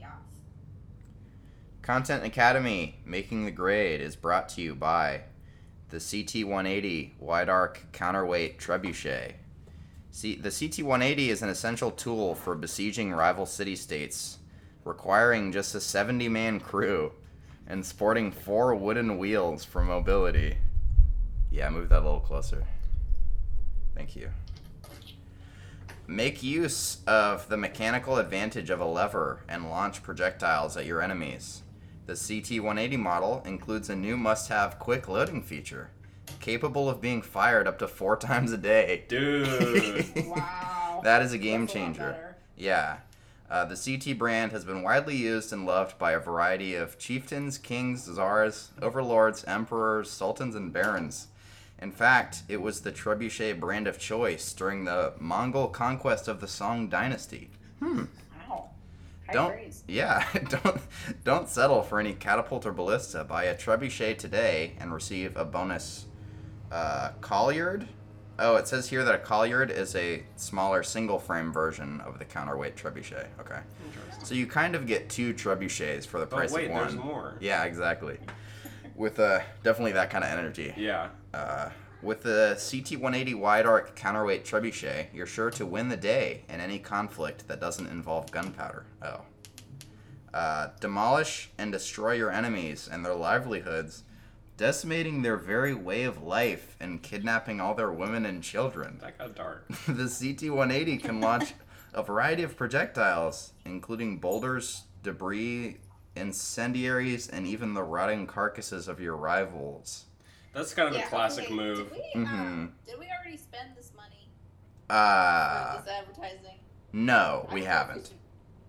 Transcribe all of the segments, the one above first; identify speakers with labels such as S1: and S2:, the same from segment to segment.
S1: Content Academy Making the Grade is brought to you by the CT180 Wide Arc Counterweight Trebuchet. See, the CT180 is an essential tool for besieging rival city states, requiring just a 70 man crew and sporting four wooden wheels for mobility. Yeah, move that a little closer. Thank you. Make use of the mechanical advantage of a lever and launch projectiles at your enemies. The CT 180 model includes a new must have quick loading feature, capable of being fired up to four times a day.
S2: Dude.
S3: Wow.
S1: That is a game
S3: That's a lot
S1: changer.
S3: better.
S1: yeah. Uh, the CT brand has been widely used and loved by a variety of chieftains, kings, czars, overlords, emperors, sultans, and barons. In fact, it was the trebuchet brand of choice during the Mongol conquest of the Song dynasty.
S3: Wow. High
S1: don't
S3: praise.
S1: yeah, don't don't settle for any catapult or ballista. Buy a trebuchet today and receive a bonus uh, colliard. Oh, it says here that a colliard is a smaller single frame version of the counterweight trebuchet. Okay, so you kind of get two trebuchets for the
S2: Oh
S1: price
S2: wait,
S1: of one.
S2: there's more.
S1: Yeah, exactly. With uh, definitely that kind of energy.
S2: Yeah.
S1: Uh, with the CT180 wide arc counterweight trebuchet, you're sure to win the day in any conflict that doesn't involve gunpowder. Oh. Uh, demolish and destroy your enemies and their livelihoods, decimating their very way of life and kidnapping all their women and children.
S2: That got dark.
S1: the CT180 can launch a variety of projectiles, including boulders, debris, incendiaries, and even the rotting carcasses of your rivals.
S2: That's kind of
S3: Yeah,
S2: a classic
S3: okay,
S2: move.
S3: Did we, uh,
S1: Mhm.
S3: did we already spend this money for
S1: Uh,
S3: this advertising?
S1: no,
S3: I
S1: we
S3: don't know if
S1: haven't.
S3: should-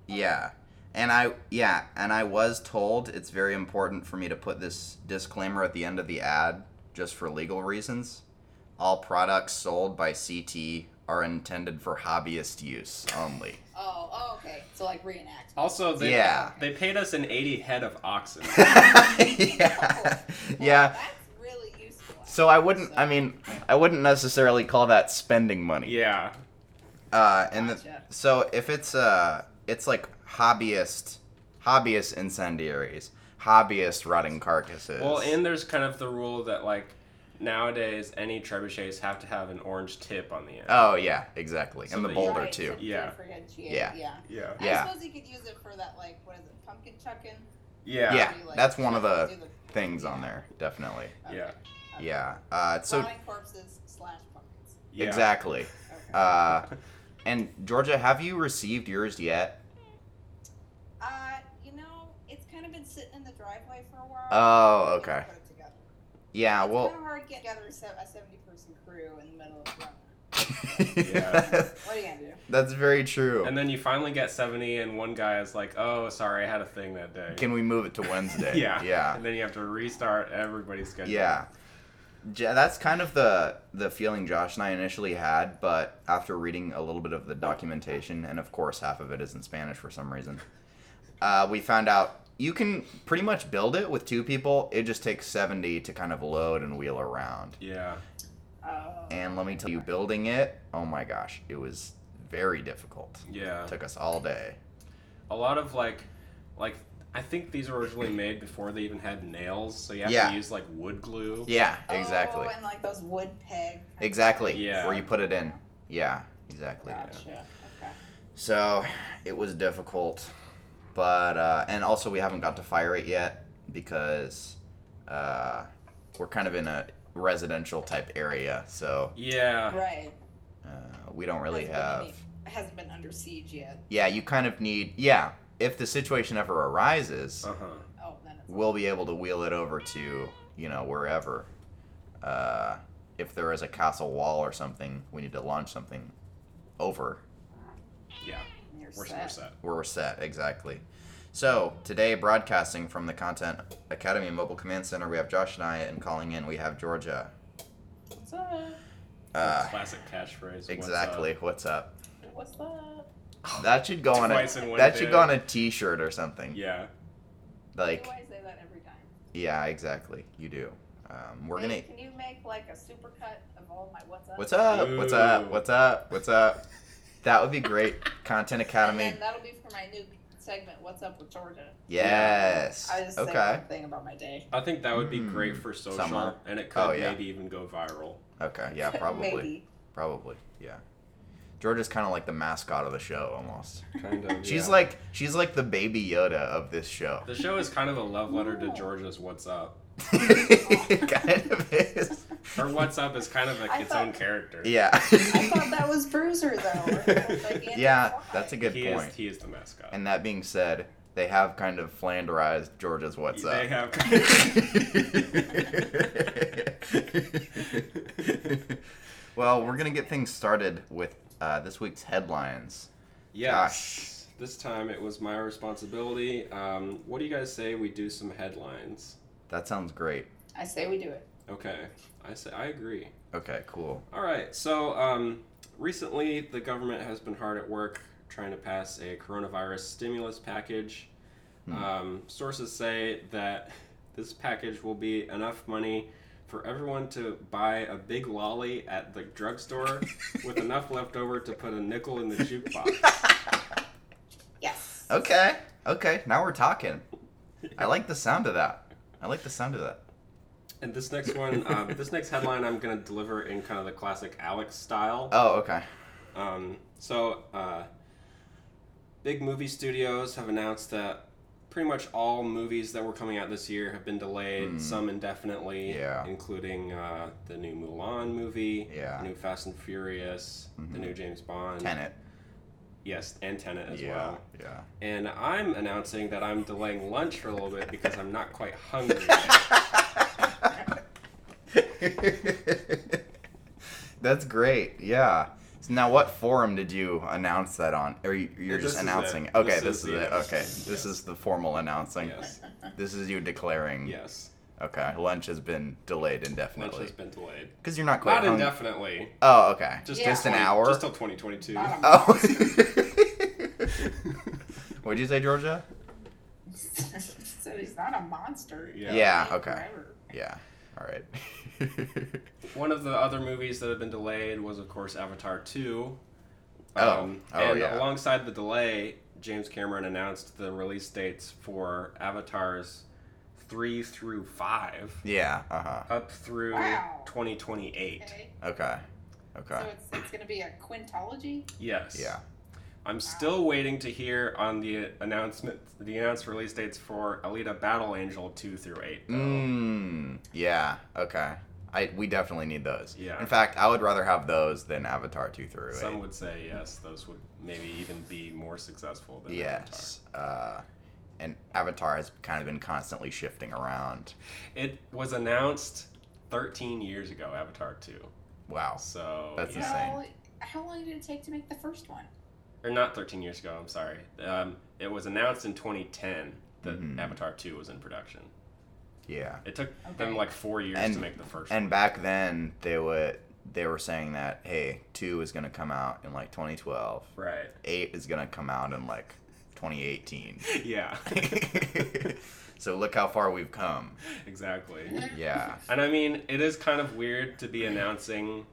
S1: Yeah. And I yeah, and I was told it's very important for me to put this disclaimer at the end of the ad just for legal reasons. All products sold by CT are intended for hobbyist use only.
S3: Oh, oh, okay. So like reenact.
S2: Also, they
S1: Yeah.
S2: they paid us an 80 head of oxen.
S1: yeah.
S3: Wow,
S1: yeah.
S3: That's really useful.
S1: So I wouldn't I mean I wouldn't necessarily call that spending money.
S2: yeah.
S1: Uh, and the,
S3: Gotcha.
S1: so if it's uh, it's like hobbyist, hobbyist incendiaries, hobbyist rotting carcasses.
S2: Well, and there's kind of the rule that like nowadays any trebuchets have to have an orange tip on the end.
S1: oh yeah, exactly, and the
S2: Somebody-
S1: boulder
S3: Right,
S1: too.
S3: some
S2: Yeah.
S3: differentiate,
S1: Yeah.
S3: Yeah.
S2: yeah.
S1: Yeah.
S3: I suppose you could use it for that, like, what is it, pumpkin chucking?
S2: Yeah.
S1: Yeah,
S3: You,
S1: that's one of the
S3: do
S1: Things on there, definitely.
S3: okay,
S2: Yeah.
S3: okay.
S1: Yeah. Uh, so
S3: Rotting corpses slash pumpkins.
S2: Yeah.
S1: exactly.
S3: Okay.
S1: Uh, and Georgia, have you received yours yet?
S3: Uh, you know, it's kind of been sitting in the driveway for a while.
S1: Oh,
S3: We haven't
S1: okay.
S3: Put it together.
S1: Yeah.
S3: it's
S1: Well.
S3: kind of hard to get together a se- a seventy-person crew in the middle of summer.
S2: Yeah.
S3: What are you gonna do?
S1: that's very true.
S2: And then you finally get 70, and one guy is like, "Oh, sorry, I had a thing that day."
S1: Can we move it to Wednesday?
S2: yeah.
S1: Yeah.
S2: And then you have to restart everybody's schedule.
S1: Yeah. Ja- that's kind of the the feeling Josh and I initially had, but after reading a little bit of the documentation, and of course half of it is in Spanish for some reason, uh, we found out you can pretty much build it with two people. It just takes seventy to kind of load and wheel around.
S2: Yeah.
S3: Oh.
S1: And let me tell you, building it, oh my gosh, it was very difficult.
S2: Yeah.
S1: It took us all day.
S2: a lot of like like I think these were originally made before they even had nails, so you have
S1: Yeah.
S2: to use like wood glue.
S1: Yeah, exactly,
S3: Oh, and like those wood peg.
S1: exactly.
S2: Yeah.
S1: Where you put it in. Yeah, exactly.
S3: Gotcha. Okay.
S1: So it was difficult, but uh, and also we haven't got to fire it yet because uh, we're kind of in a residential type area, so
S2: Yeah.
S3: Right.
S1: uh, we don't really
S3: Hasn't been
S1: have.
S3: any- It hasn't been under siege yet.
S1: Yeah, you kind of need. Yeah, if the situation ever arises,
S2: Uh huh.
S3: Oh, then it's.
S1: we'll be able to wheel it over to you know wherever. Uh, if there is a castle wall or something, we need to launch something over
S2: Yeah.
S3: You're
S2: We're,
S3: set.
S2: we're set.
S1: where we're set exactly. So today, broadcasting from the Content Academy Mobile Command Center, we have Josh and I, and calling in, we have Georgia.
S3: What's up?
S1: Uh,
S2: Classic catchphrase. uh,
S1: exactly. What's up?
S3: What's up?
S1: That should go on a
S2: Twice in one
S1: that should
S2: day.
S1: go on a T-shirt or
S2: What's
S1: something.
S2: up? Yeah.
S1: Like,
S3: Do I say that every time?
S1: yeah, exactly. You do. Um, we're
S3: Wait,
S1: gonna.
S3: Can you make like a supercut of all my what's up?
S1: What's up? What's up?
S2: Ooh.
S1: What's up? What's up? That would be great. Content
S3: And
S1: Academy.
S3: then that'll be for my new segment, What's Up with Georgia.
S1: Yes.
S3: I just say
S1: okay.
S3: one thing about my day.
S2: I think that would be
S1: Hmm.
S2: great for social,
S1: Summer.
S2: and it could
S1: Oh, yeah.
S2: maybe even go viral.
S1: Okay. Yeah. Probably.
S3: Maybe.
S1: Probably. Yeah. Georgia's kind of like the mascot of the show almost.
S2: Kind of.
S1: She's like she's like the baby Yoda of this show.
S2: The show is kind of a love letter to
S3: Ooh.
S2: Georgia's "What's Up."
S1: it kind of is.
S2: Her "What's Up" is kind of like
S3: I
S2: its
S3: thought-
S2: own character.
S1: Yeah.
S3: I thought that was Bruiser though. Like, Andy
S1: yeah,
S3: Fly.
S1: that's a good
S2: he
S1: point.
S2: Is, he is the mascot.
S1: And that being said, they have kind of flanderized Georgia's what's
S2: they
S1: up.
S2: have.
S1: well, we're gonna get things started with uh, this week's headlines.
S2: Yes. This time it was my responsibility. Um, what do you guys say we do some headlines?
S1: That sounds great.
S3: I say we do it.
S2: Okay, I say I agree.
S1: Okay, cool.
S2: All right. So um, recently, the government has been hard at work trying to pass a coronavirus stimulus package.
S1: Hmm.
S2: Um, sources say that this package will be enough money for everyone to buy a big lolly at the drugstore with enough left over to put a nickel in the jukebox.
S3: Yes.
S1: Okay, okay. Now we're talking. I like the sound of that. I like the sound of that.
S2: And this next one, um, this next headline, I'm going to deliver in kind of the classic Alex style.
S1: Oh, okay.
S2: Um, so, uh, big movie studios have announced that pretty much all movies that were coming out this year have been delayed,
S1: Hmm.
S2: some indefinitely,
S1: Yeah.
S2: including uh, the new Mulan movie,
S1: Yeah.
S2: the new Fast and Furious,
S1: Mhm.
S2: the new James Bond,
S1: Tenet.
S2: yes, and Tenet as
S1: yeah,
S2: well.
S1: yeah.
S2: And I'm announcing that I'm delaying lunch for a little bit because I'm not quite hungry. yet.
S1: That's great. Yeah. So now, what forum did you announce that on? Or you, you're
S2: This
S1: just
S2: is
S1: announcing?
S2: it.
S1: Okay,
S2: This
S1: this
S2: is
S1: is,
S2: the
S1: it.
S2: announcement.
S1: Okay, this is the formal announcing.
S2: yes,
S1: This is you declaring.
S2: yes,
S1: Okay, lunch has been delayed
S2: lunch
S1: indefinitely
S2: has been delayed.
S1: because you're not quite.
S2: Not
S1: hung-
S2: indefinitely.
S1: Oh, okay.
S2: Just,
S3: Yeah.
S2: till
S3: Just
S1: an
S2: 20
S1: hour?
S2: Just till 2022.
S3: Bottom.
S1: Oh. What'd you say, Georgia?
S3: so he's not a monster.
S2: Yeah.
S1: Yeah,
S3: Like,
S1: okay.
S3: forever.
S1: Yeah. All right.
S2: One of the other movies that have been delayed was, of course, Avatar 2.
S1: Oh. Oh,
S2: and
S1: yeah.
S2: alongside the delay, James Cameron announced the release dates for Avatars 3 through 5,
S1: yeah. Uh huh.
S2: up through
S3: Wow.
S2: 2028.
S3: Okay.
S1: Okay. Okay.
S3: So it's, it's going to be a quintology?
S2: Yes.
S1: Yeah.
S2: I'm still waiting to hear on the announcement, the announced release dates for Alita Battle Angel 2 through 8. though.
S1: Mmm. Yeah. Okay. I we definitely need those.
S2: Yeah.
S1: In fact, I would rather have those than Avatar two through eight.
S2: Some would say yes, those would maybe even be more successful than Avatar.
S1: yes. Uh, and Avatar has kind of been constantly shifting around.
S2: It was announced 13 years ago, Avatar 2.
S1: Wow.
S2: So
S1: That's
S2: yeah.
S1: insane.
S3: How, how long did it take to make the first one?
S2: Or not 13 years ago. I'm sorry. Um, it was announced in 2010 that
S1: Mhm.
S2: Avatar 2 was in production.
S1: Yeah.
S2: It took
S3: Okay.
S2: them like four years
S1: And-
S2: to make the first.
S1: And back then they would they were saying that hey two is gonna come out in like 2012,
S2: one. right.
S1: eight is gonna come out in like 2018.
S2: Yeah.
S1: so look how far we've come.
S2: exactly.
S1: Yeah.
S2: And I mean, it is kind of weird to be announcing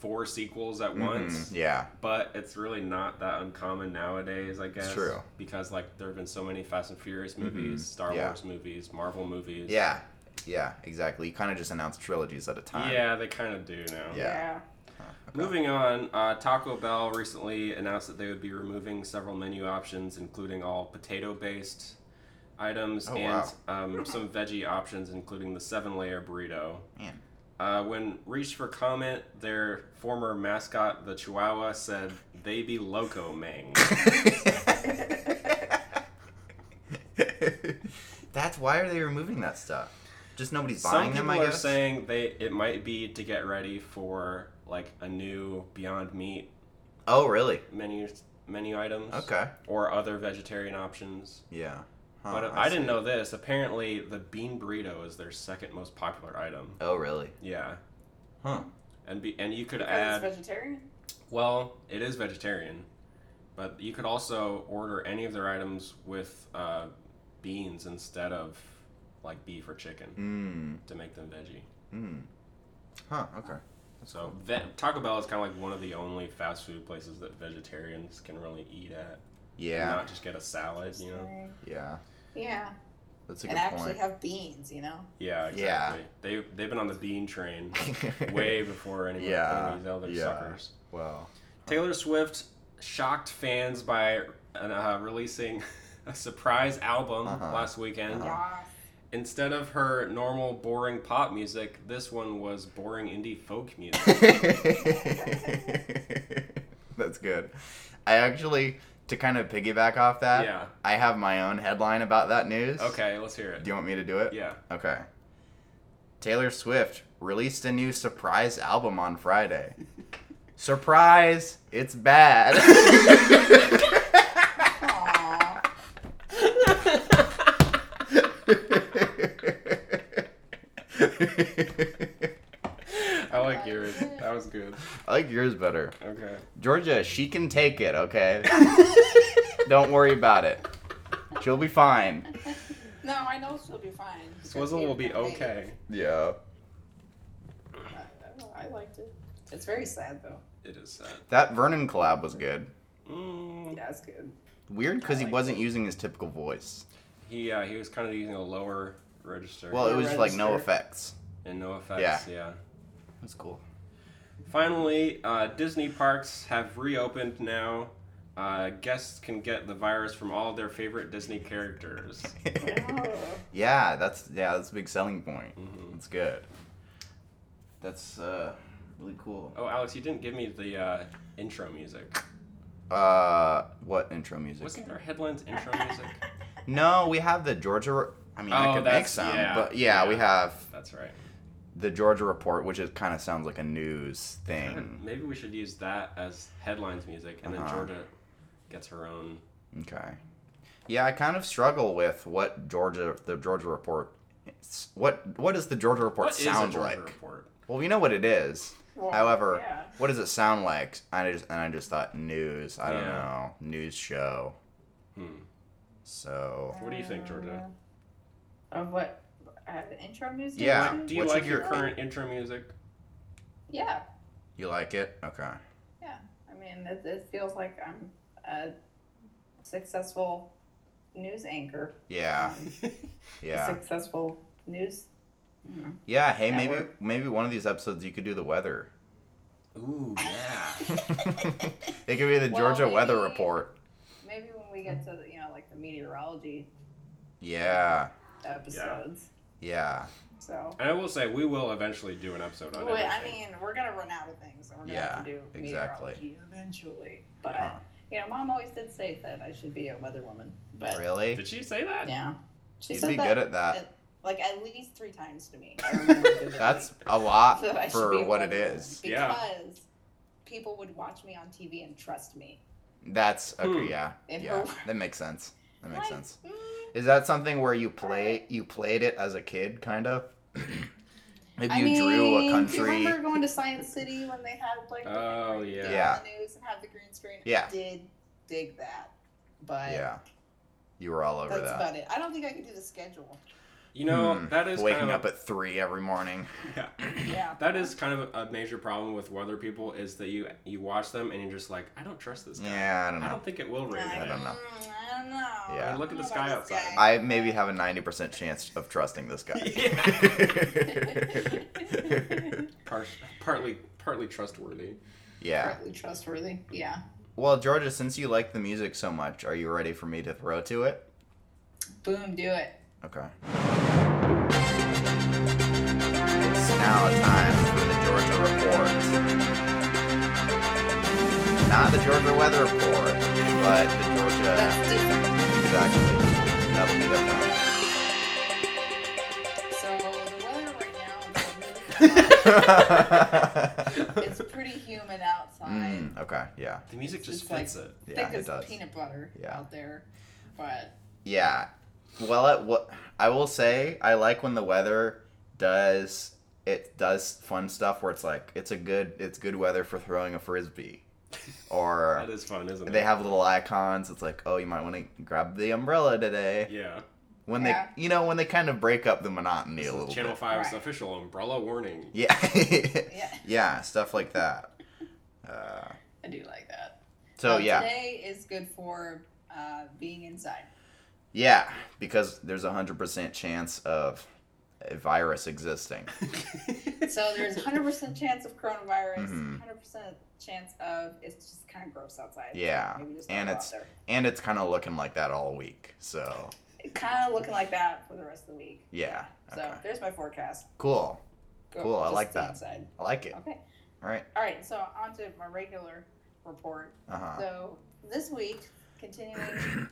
S2: four sequels at once.
S1: Mhm. Yeah.
S2: But it's really not that uncommon nowadays, I guess.
S1: true. Mm-hmm.
S2: Because like there have been so many Fast and Furious movies, Star
S1: Yeah.
S2: Wars movies, Marvel movies.
S1: Yeah, yeah, exactly. You kind of just announce trilogies at a time.
S2: Yeah, they kind of do now.
S1: Yeah. Okay.
S2: Moving on, uh, Taco Bell recently announced that they would be removing several menu options, including all potato-based items
S1: Oh,
S2: and
S1: wow.
S2: um, some veggie options, including the seven-layer burrito.
S1: Man.
S2: Uh, when reached for comment, their former mascot, the Chihuahua, said, "They be loco, mang."
S1: That's why are they removing that stuff? Just nobody's
S2: Some
S1: buying
S2: people
S1: them, I
S2: are
S1: guess.
S2: saying they it might be to get ready for like a new Beyond Meat
S1: oh, really?
S2: menu menu items,
S1: Okay.
S2: or other vegetarian options.
S1: Yeah. Huh,
S2: But I, didn't
S1: see.
S2: know this. Apparently, the bean burrito is their second most popular item.
S1: Oh, really?
S2: Yeah,
S1: Huh.
S2: and be, and you could
S3: Because
S2: add.
S3: it's vegetarian?
S2: Well, it is vegetarian, but you could also order any of their items with uh, beans instead of like beef or chicken
S1: Mm.
S2: to make them veggie.
S1: Mm. Huh. Okay.
S2: So ve- Taco Bell is kind of like one of the only fast food places that vegetarians can really eat at. and
S1: Yeah.
S2: not just get a salad, you know?
S1: Yeah.
S3: Yeah.
S1: That's a
S3: And
S1: good
S3: actually have beans, you know?
S2: Yeah,
S1: Yeah.
S2: exactly. They they've been on the bean train
S1: point.
S2: way before any
S1: Yeah,
S2: of these other
S1: yeah.
S2: suckers.
S1: Well.
S2: Taylor Swift shocked fans by uh, releasing a surprise album
S1: Uh-huh.
S2: last weekend.
S1: Uh-huh.
S2: Instead of her normal boring pop music, this one was boring indie folk music.
S1: That's good. I actually, to kind of piggyback off that,
S2: yeah.
S1: I have my own headline about that news.
S2: Okay, let's hear it.
S1: Do you want me to do it?
S2: Yeah.
S1: Okay. Taylor Swift released a new surprise album on Friday. surprise! It's bad.
S3: Aw.
S2: I like yours. That was good.
S1: I like yours better.
S2: Okay.
S1: Georgia, she can take it, okay? Don't worry about it. She'll be fine.
S3: No, I know she'll be fine.
S2: Swizzle will be okay.
S1: Yeah.
S3: I, I liked it. It's very sad, though.
S2: It is sad.
S1: That Vernon collab was good.
S2: Mm.
S3: Yeah, it's good.
S1: Weird because he
S3: I like
S1: wasn't using his typical voice.
S2: He uh, he was kind of using a lower register.
S1: Well, it
S3: Yeah,
S1: was like no
S3: register.
S1: effects.
S2: and no effects.
S1: Yeah.
S2: yeah.
S1: That's cool.
S2: Finally, uh, Disney parks have reopened now. Uh, guests can get the virus from all their favorite Disney characters.
S3: Oh.
S1: yeah, that's yeah, that's a big selling point.
S2: hmm
S1: That's good. That's uh really cool.
S2: Oh, Alex, you didn't give me the uh, intro music.
S1: Uh, what intro music?
S2: Wasn't there headlines intro music?
S1: No, we have the Georgia. I mean, I
S2: Oh,
S1: could make
S2: that's-
S1: some,
S2: yeah,
S1: but yeah, we
S2: yeah.
S1: have
S2: That's right.
S1: the Georgia report, which is kind of sounds like a news thing.
S2: Maybe we should use that as headlines music, and then
S1: Uh-huh.
S2: Georgia gets her own.
S1: Okay. Yeah, I kind of struggle with what Georgia, the Georgia report, is- what what does the Georgia report
S2: What is a
S1: sound
S2: Georgia
S1: like?
S2: report?
S1: Well, we know what it is.
S3: Well,
S1: However,
S3: yeah.
S1: What does it sound like? I just and I just thought news. I don't
S2: Yeah.
S1: know news show.
S2: Hmm.
S1: So
S2: What do you think, Georgia?
S3: Uh, Of what? Uh, the intro music?
S1: Yeah.
S3: too?
S2: Do you
S1: What's
S2: like
S1: your-
S2: your current intro music?
S3: Yeah.
S1: you like it? Okay.
S3: I mean, it, it feels like I'm a successful news anchor.
S1: Yeah.
S3: A
S1: Yeah.
S3: successful news. Mm.
S1: Yeah. Hey,
S3: That
S1: maybe
S3: work?
S1: maybe one of these episodes you could do the weather.
S2: Ooh, yeah.
S1: it could be the
S3: Well,
S1: Georgia weather
S3: maybe-
S1: report.
S3: Maybe when we get to, you know, like the meteorology
S1: Yeah.
S3: episodes.
S1: Yeah.
S3: So,
S2: and I will say, we will eventually do an episode on it.
S3: Wait, I mean, we're going to run out of things. And we're going to have to do
S1: Yeah, exactly. Uh-huh.
S3: meteorology eventually. But,
S1: Huh.
S3: you know, mom always did say that I should be a weather woman. But,
S1: Really?
S2: Did she say that?
S3: yeah. She
S1: You'd
S3: said
S1: be
S3: that
S1: good at that.
S3: at- like at least three times to me. I remember vividly.
S1: That's a lot
S3: that I should be
S1: for
S3: a
S1: what it
S3: woman,
S1: is.
S2: Yeah.
S3: Because people would watch me on TV and trust me.
S1: That's okay.
S2: Hmm.
S1: Yeah.
S3: In
S1: Yeah.
S3: her-
S1: That makes sense. That makes
S3: Like,
S1: sense.
S3: mm,
S1: Is that something where you play you played it as a kid, kind of? Maybe
S3: I
S1: you drew
S3: mean,
S1: a
S3: Do you
S1: country.
S3: remember going to Science City when they had like the
S2: Oh,
S3: green
S2: yeah.
S3: thing
S1: Yeah.
S3: on the news and have the green screen?
S1: Yeah.
S3: I did dig that, but
S1: Yeah, you were all over
S3: that's
S1: that.
S3: about it. I don't think I could do the schedule.
S2: You know,
S1: Hmm.
S2: that is
S1: Waking
S2: kind of,
S1: up at three every morning.
S2: Yeah.
S3: Yeah,
S2: That is kind of a major problem with weather people is that you you watch them and you're just like, I don't trust this guy.
S1: Yeah, I
S2: I
S1: don't
S2: don't,
S1: know.
S2: think it will rain.
S3: I
S1: I
S2: today.
S1: don't know.
S3: I don't know.
S1: Yeah.
S3: I
S2: Look at
S3: don't know
S2: the sky
S3: about this
S2: outside.
S3: guy.
S1: I maybe have a ninety percent chance of trusting this guy.
S2: Par- partly partly trustworthy.
S1: yeah.
S3: Partly trustworthy. Yeah.
S1: Well, Georgia, since you like the music so much, are you ready for me to throw to it?
S3: Boom. Do it.
S1: Okay. It's now time for the Georgia Report. Not the Georgia Weather Report, but the Georgia.
S3: That's different.
S1: Exactly. That'll be different.
S3: So the weather right now is really hot.
S1: mm,
S3: it's pretty humid outside.
S1: okay, yeah.
S2: The music just
S3: It's like-
S2: fits it.
S1: Mm, Yeah,
S3: Thick
S1: it
S3: as
S1: does.
S3: peanut butter
S1: Yeah.
S3: out there. But
S1: Yeah. Well, it, what I will say, I like when the weather does it does fun stuff where it's like it's a good it's good weather for throwing a frisbee, or
S2: That is fun, isn't it?
S1: they have little icons. It's like oh, you might want to grab the umbrella today.
S2: yeah.
S1: When
S3: Yeah.
S1: they you know when they kind of break up the monotony
S2: This
S1: a
S2: is
S1: little
S2: Channel
S1: bit.
S2: 5's
S3: Right.
S2: official umbrella warning.
S1: Yeah.
S3: yeah,
S1: yeah, stuff like that. Uh,
S3: I do like that.
S1: so
S3: Um,
S1: yeah,
S3: Today is good for uh, being inside.
S1: Yeah, because there's a 100% chance of a virus existing.
S3: So there's 100% chance of coronavirus,
S1: Mhm.
S3: 100% chance of it's just kind of gross outside.
S1: Yeah,
S3: Maybe just
S1: and
S3: don't go
S1: it's-
S3: out there.
S1: And it's kind of looking like that all week. So,
S3: It kind of looking like that for the rest of the week.
S1: yeah.
S3: So
S1: Okay.
S3: there's my forecast.
S1: Cool.
S3: Go,
S1: Cool, I
S3: just
S1: like
S3: stay
S1: that.
S3: Inside.
S1: I like it.
S3: Okay.
S1: All right.
S3: All right. So on to my regular report.
S1: Uh-huh.
S3: So this week, continuing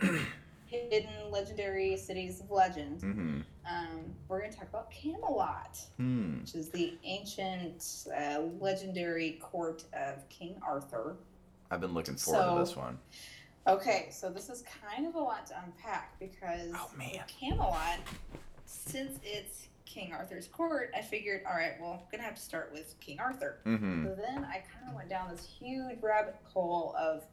S3: hidden legendary cities of legend,
S1: Mm-hmm.
S3: um, we're going to talk about Camelot,
S1: Hmm.
S3: which is the ancient uh, legendary court of King Arthur.
S1: I've been looking forward to
S3: So-
S1: this one.
S3: Okay, so this is kind of a lot to unpack because
S1: Oh, man.
S3: Camelot, since it's King Arthur's court, I figured, all right, well, I'm gonna have to start with King Arthur.
S1: Mm-hmm.
S3: So then I kind of went down this huge rabbit hole of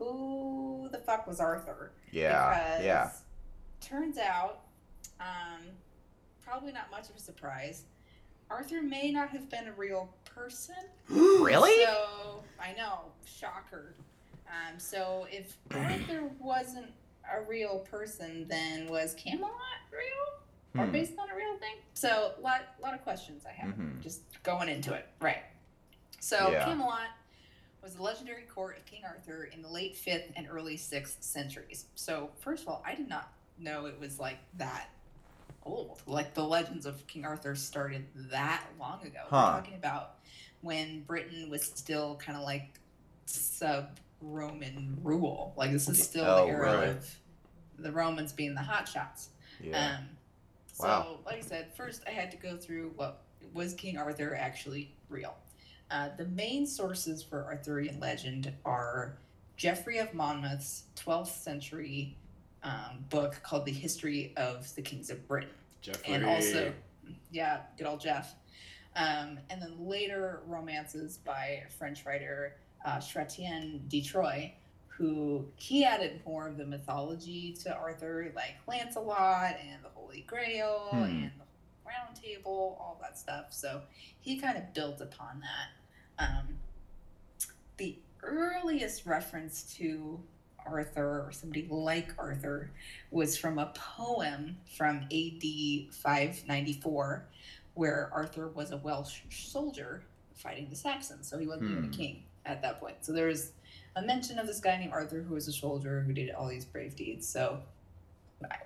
S3: who the fuck was Arthur?
S1: Yeah.
S3: because
S1: Yeah.
S3: Turns out, um, probably not much of a surprise. Arthur may not have been a real person.
S1: Really?
S3: So I know, shocker. Um, so if Arthur wasn't a real person, then was Camelot real or
S1: Hmm.
S3: based on a real thing? So a lot, lot of questions I have
S1: Mhm.
S3: just going into it. Right. So
S1: Yeah.
S3: Camelot was the legendary court of King Arthur in the late fifth and early sixth centuries. So first of all, I did not know it was like that old. Like the legends of King Arthur started that long ago.
S1: Huh.
S3: We're talking about when Britain was still kind of like sub Roman rule. Like this is still
S1: Oh,
S3: the era
S1: really?
S3: of the Romans being the hot shots.
S1: Yeah.
S3: Um, so,
S1: Wow.
S3: like I said, first I had to go through what was King Arthur actually real. Uh, the main sources for Arthurian legend are Geoffrey of Monmouth's 12th century um, book called The History of the Kings of Britain.
S2: Jeffrey.
S3: And also, yeah, good old Jeff. Um, and then later romances by French writer uh, Chrétien de Troyes, who he added more of the mythology to Arthur, like Lancelot and the Holy Grail
S1: Hmm.
S3: and the Round Table, all that stuff. So he kind of built upon that. Um, the earliest reference to Arthur or somebody like Arthur was from a poem from AD 594, where Arthur was a Welsh soldier fighting the Saxons. So he wasn't even
S1: Hmm.
S3: a king at that point. So there was a mention of this guy named Arthur who was a soldier who did all these brave deeds. So I-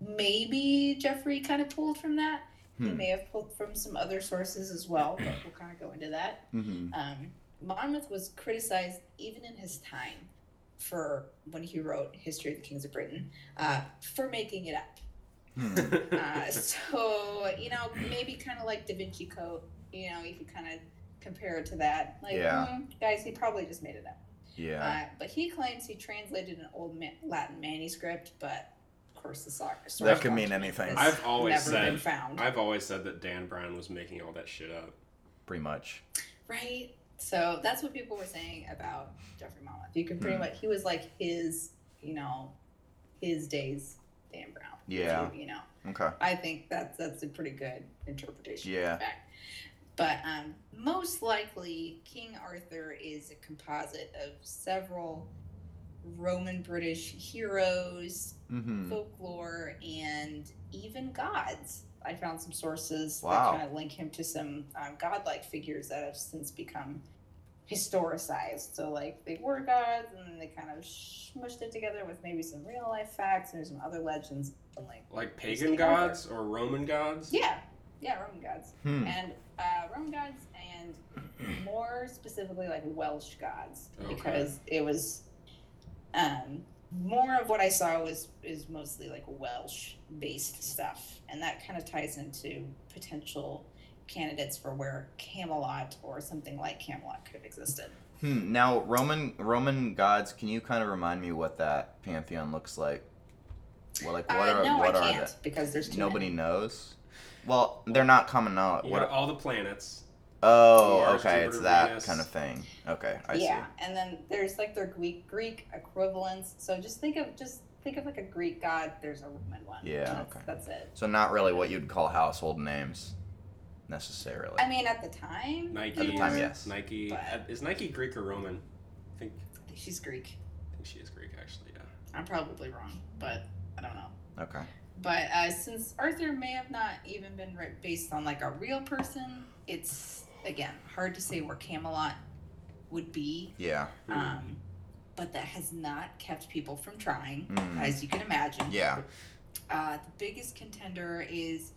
S3: maybe Geoffrey kind of pulled from that. He
S1: Hmm.
S3: may have pulled from some other sources as well, but we'll kind of go into that
S1: Mm-hmm.
S3: um, Monmouth was criticized even in his time for when he wrote History of the Kings of Britain uh, for making it up.
S1: Hmm.
S3: Uh, so you know, maybe kind of like Da Vinci Code. You know, you could kind of compare it to that. Like,
S1: Yeah.
S3: mm, guys, he probably just made it up.
S1: Yeah.
S3: Uh, but he claims he translated an old ma- Latin manuscript, but of course, the source
S1: That could mean anything.
S3: Uh, I've
S2: I've always
S3: never been
S2: said
S3: found.
S2: I've always said that Dan Brown was making all that shit up.
S1: Pretty much.
S3: Right. So that's what people were saying about Jeffrey Monmouth. You can pretty
S1: Hmm.
S3: much he was like his, you know, his days Dan Brown.
S1: Yeah.
S3: You, know,
S1: Okay.
S3: I think that's that's a pretty good interpretation.
S1: Yeah.
S3: Of the fact. But um, most likely, King Arthur is a composite of several Roman British heroes,
S1: Mm-hmm.
S3: folklore, and even gods. I found some sources
S1: Wow.
S3: that kind of link him to some um, godlike figures that have since become historicized. So, like, they were gods and they kind of smushed it together with maybe some real life facts and some other legends. And like,
S2: Like
S3: Who's
S2: pagan
S3: King Arthur?
S2: gods or Roman gods?
S3: yeah, yeah, Roman gods.
S1: Hmm.
S3: And uh, Roman gods and more specifically like Welsh gods
S2: Okay.
S3: because it was um, more of what I saw was is mostly like Welsh based stuff, and that kind of ties into potential candidates for where Camelot or something like Camelot could have existed.
S1: Hmm. Now, Roman Roman gods, can you kind of remind me what that pantheon looks like? Well, like what
S3: uh,
S1: are
S3: no,
S1: what
S3: I
S1: are
S3: can't because there's
S1: the,
S3: too
S1: Nobody knows. Well, they're not common knowledge.
S2: You
S1: What?
S2: got all the planets.
S1: oh,
S2: Mars,
S1: okay, it's
S2: Jupiter,
S1: that
S2: Venus.
S1: kind of thing. Okay, I
S3: many. yeah, and then there's like their Greek Greek equivalents. So just think of just think of like a Greek god. There's a Roman one.
S1: Yeah,
S3: That's-
S1: okay.
S3: That's it.
S1: see. So not really what you'd call household names, necessarily.
S3: I mean, at the time,
S2: Nike.
S1: At the time,
S2: is-
S1: yes.
S2: Nike.
S3: But-
S2: Is Nike Greek or Roman? I think,
S3: I think she's Greek.
S2: I think she is Greek, actually, yeah.
S3: I'm probably wrong, but I don't know.
S1: Okay.
S3: But uh, since Arthur may have not even been writ- based on like a real person, it's again hard to say where Camelot would be.
S1: Yeah.
S2: Hmm.
S3: Um, but that has not kept people from trying,
S1: Mm.
S3: as you can imagine.
S1: Yeah.
S3: Uh, the biggest contender is,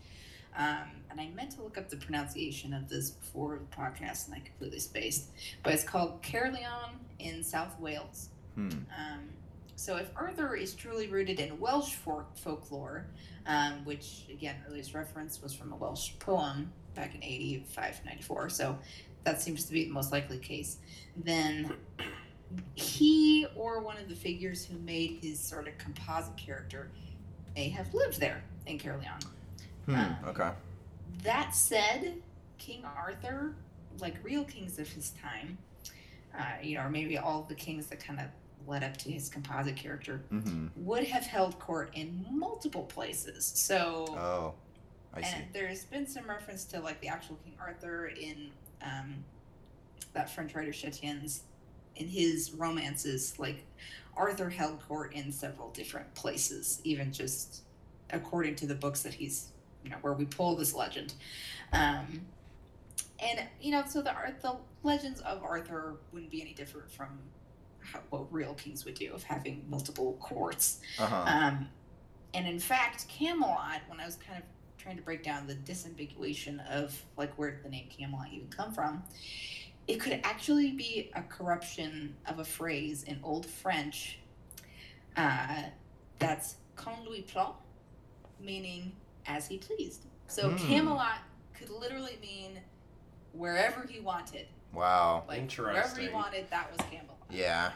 S3: um, and I meant to look up the pronunciation of this before the podcast, and I completely spaced. But it's called Caerleon in South Wales.
S1: Hmm.
S3: Um, so if Arthur is truly rooted in Welsh for- folklore, um, which again, earliest reference was from a Welsh poem back in 8594, so that seems to be the most likely case, then he or one of the figures who made his sort of composite character may have lived there in Caerleon. Uh,
S1: Hmm. Okay.
S3: That said, King Arthur, like real kings of his time, uh, you know, or maybe all the kings that kind of led up to his composite character,
S1: Mm-hmm.
S3: would have held court in multiple places. So,
S1: Oh, I see.
S3: and there's been some reference to like the actual King Arthur in um, that French writer Chetien's, in his romances, like Arthur held court in several different places, even just according to the books that he's, you know, where we pull this legend. Um, and you know, so the Ar- the legends of Arthur wouldn't be any different from how, what real kings would do of having multiple courts.
S1: Uh huh.
S3: Um, and in fact, Camelot, when I was kind of trying to break down the disambiguation of like where did the name Camelot even come from, it could actually be a corruption of a phrase in Old French uh, that's "quand lui plaît," meaning as he pleased. So
S1: Hmm.
S3: Camelot could literally mean wherever he wanted,
S1: Wow.
S3: like wherever he
S2: Interesting.
S3: wanted, that was Camelot.
S1: Yeah.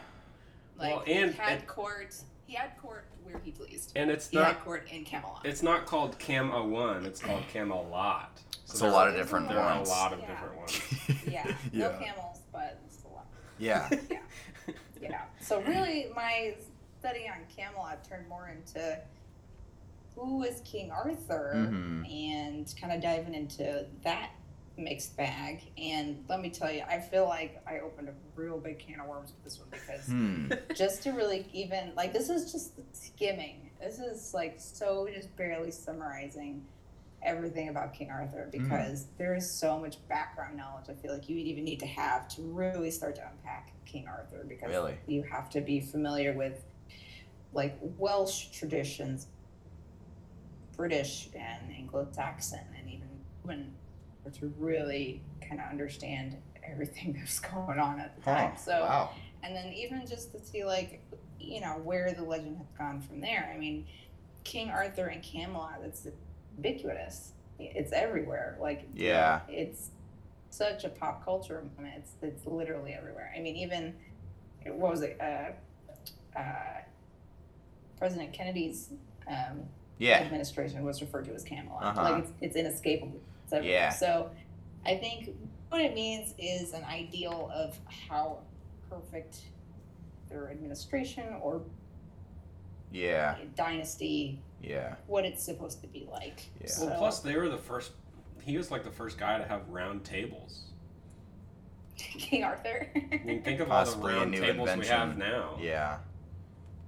S3: Like
S2: Well, and-
S3: he had
S2: and-
S3: court, he had court where he pleased.
S2: And it's
S3: He
S2: not
S3: had court in Camelot.
S2: it's not called Cam A One. It's called Cam A Lot.
S1: It's a
S2: there
S1: lot
S2: are-
S1: of different
S2: There are a
S1: ones.
S2: lot of
S3: Yeah.
S2: different ones.
S3: yeah, no
S1: yeah.
S3: camels, but it's a lot.
S1: Yeah.
S3: Yeah. So really, my study on Camelot turned more into who is King Arthur
S1: Mm-hmm.
S3: and kind of diving into that mixed bag. And let me tell you, I feel like I opened a real big can of worms with this one because
S1: Hmm.
S3: just to really even like this is just skimming. This is like so just barely summarizing everything about King
S1: Mm.
S3: Arthur because there is so much background knowledge I feel like you would even need to have to really start to unpack King Arthur because
S1: Really.
S3: you have to be familiar with like Welsh traditions, British and Anglo-Saxon and even when to really kind of understand everything that's going on at the
S1: Huh.
S3: time. So
S1: wow.
S3: and then even just to see like you know where the legend has gone from there i mean king arthur and camelot it's ubiquitous it's everywhere like
S1: Yeah.
S3: it's such a pop culture moment it's it's literally everywhere i mean even what was it uh, uh, president kennedy's um,
S1: Yeah.
S3: administration was referred to as Camelot.
S1: Uh-huh.
S3: Like it's, it's inescapable. So,
S1: Yeah.
S3: so I think what it means is an ideal of how perfect their administration or
S1: Yeah.
S3: dynasty,
S1: Yeah.
S3: what it's supposed to be like.
S1: Yeah.
S3: So,
S2: Well, plus they were the first. He was like the first guy to have round tables.
S3: King Arthur,
S2: I mean, think of
S1: Possibly a
S2: all the round
S1: new
S2: tables we
S1: invention.
S2: have now.
S1: Yeah.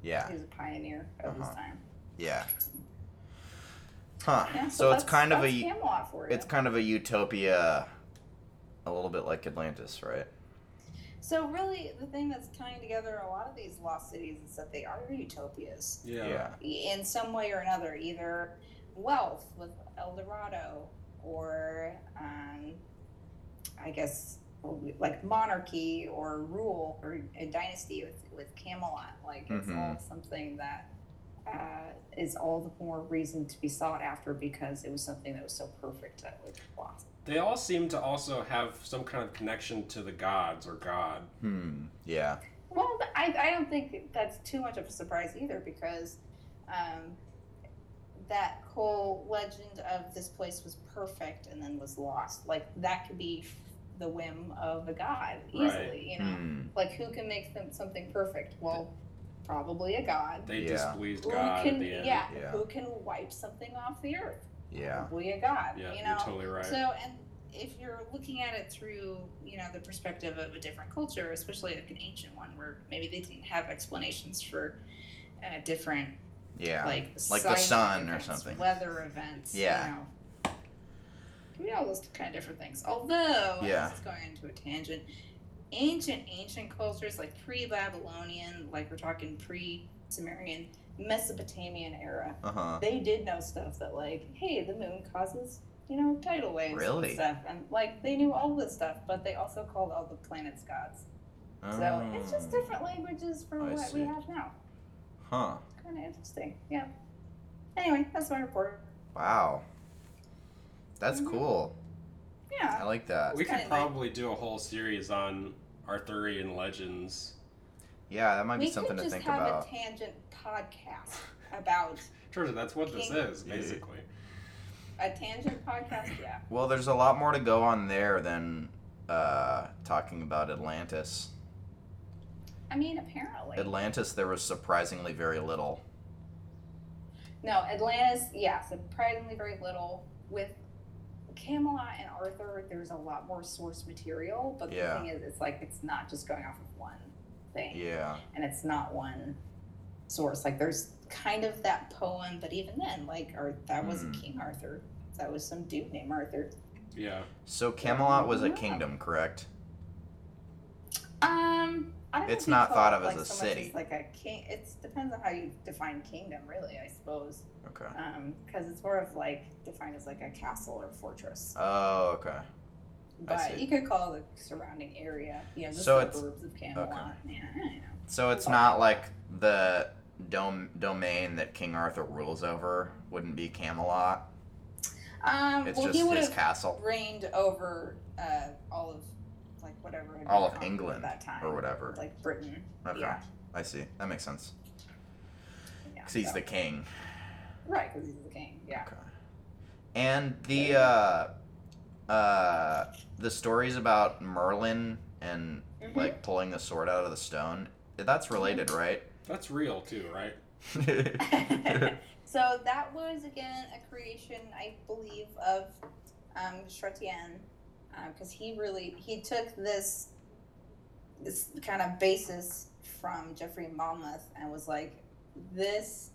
S1: Yeah.
S3: he was a pioneer of his
S1: Uh-huh.
S3: time.
S1: Yeah. Huh.
S3: Yeah,
S1: so
S3: that's-
S1: it's kind of
S3: that's
S1: a
S3: Camelot for you.
S1: it's kind of a utopia, a little bit like Atlantis, right?
S3: So really, the thing that's tying together a lot of these lost cities is that they are utopias.
S2: Yeah.
S3: in some way or another, either wealth with El Dorado or um, I guess like monarchy or rule or a dynasty with, with Camelot. Like it's all something that uh, is all the more reason to be sought after because it was something that was so perfect that was lost.
S2: They all seem to also have some kind of connection to the gods or God.
S1: Hmm. Yeah.
S3: Well, th- I, I don't think that's too much of a surprise either because um, that whole legend of this place was perfect and then was lost. Like, that could be the whim of a god easily,
S2: Right.
S3: you know?
S1: Hmm.
S3: Like, who can make them something perfect? Well, probably a god.
S2: They
S1: Yeah.
S2: displeased
S3: Who
S2: God
S3: can,
S2: at the end.
S3: yeah,
S1: Yeah.
S3: who can wipe something off the earth?
S1: Yeah.
S3: Probably a god,
S2: Yeah,
S3: you
S2: you're
S3: know?
S2: totally right.
S3: So, and if you're looking at it through, you know, the perspective of a different culture, especially like an ancient one, where maybe they didn't have explanations for uh, different
S1: Yeah.
S3: like
S1: Like the
S3: seismic
S1: sun or
S3: events,
S1: something.
S3: weather events.
S1: Yeah.
S3: You know. Can be all those kind of different things. Although,
S1: Yeah.
S3: this is going into a tangent. Ancient, ancient cultures like pre-Babylonian, like we're talking pre-Sumerian, Mesopotamian era,
S1: uh huh.
S3: they did know stuff that like, hey, the moon causes you know tidal waves
S1: Really?
S3: and stuff, and like they knew all this stuff, but they also called all the planets gods. So it's
S1: Oh.
S3: just different languages from
S1: I
S3: what
S1: see.
S3: we have now.
S1: Huh.
S3: Kind of interesting. Yeah. Anyway, that's my report.
S1: Wow. That's
S3: Mhm.
S1: cool. I
S3: Yeah.
S1: like that.
S2: We could
S3: kinda like-
S2: probably do a whole series on Arthurian legends.
S1: Yeah, that might be
S3: we
S1: something
S3: could
S1: to
S3: just
S1: think
S3: have
S1: about.
S3: a tangent podcast about
S2: Georgia, that's what this
S3: King-
S2: is,
S1: Yeah.
S2: basically.
S3: a tangent podcast. Yeah.
S1: Well, there's a lot more to go on there than uh, talking about Atlantis.
S3: I mean, apparently.
S1: Atlantis, there was surprisingly very little.
S3: no, Atlantis. Yeah, surprisingly very little with. Camelot and Arthur, there's a lot more source material, but
S1: Yeah.
S3: the thing is, it's like it's not just going off of one thing.
S1: Yeah.
S3: and it's not one source. Like there's kind of that poem, but even then, like Ar- that wasn't
S1: Hmm.
S3: King Arthur. That was some dude named Arthur.
S2: Yeah.
S1: So Camelot was a
S3: Yeah.
S1: kingdom, correct?
S3: Um, I don't know
S1: It's
S3: if you
S1: not
S3: call
S1: thought
S3: it,
S1: of
S3: like,
S1: as a
S3: so much
S1: city.
S3: like a king. It depends on how you define kingdom, really. I suppose,
S1: Okay.
S3: because it's more of like defined as like a castle or fortress.
S1: Oh, okay.
S3: But
S1: see.
S3: you could call the surrounding area, you know, the
S1: So it's-
S3: suburbs of Camelot. Yeah, I know.
S1: So it's not like the dom- domain that King Arthur rules over wouldn't be Camelot.
S3: Um,
S1: It's
S3: well, he
S1: just
S3: would
S1: his
S3: have
S1: castle
S3: reigned over uh, all of like whatever had
S1: All
S3: been
S1: of
S3: conquered
S1: England
S3: at that time
S1: or whatever.
S3: like britain
S1: Okay.
S3: yeah,
S1: I see. That makes sense.
S3: yeah
S1: 'Cause he's
S3: so-
S1: the king.
S3: right because he's the king yeah
S1: Okay. And the uh, uh, the stories about Merlin and
S3: Mhm.
S1: like pulling the sword out of the stone. That's
S3: Mm-hmm.
S1: related, right?
S2: That's real, too, right?
S3: so that was again a creation i believe of um Chrétien, because he really he took this this kind of basis from jeffrey monmouth and was like this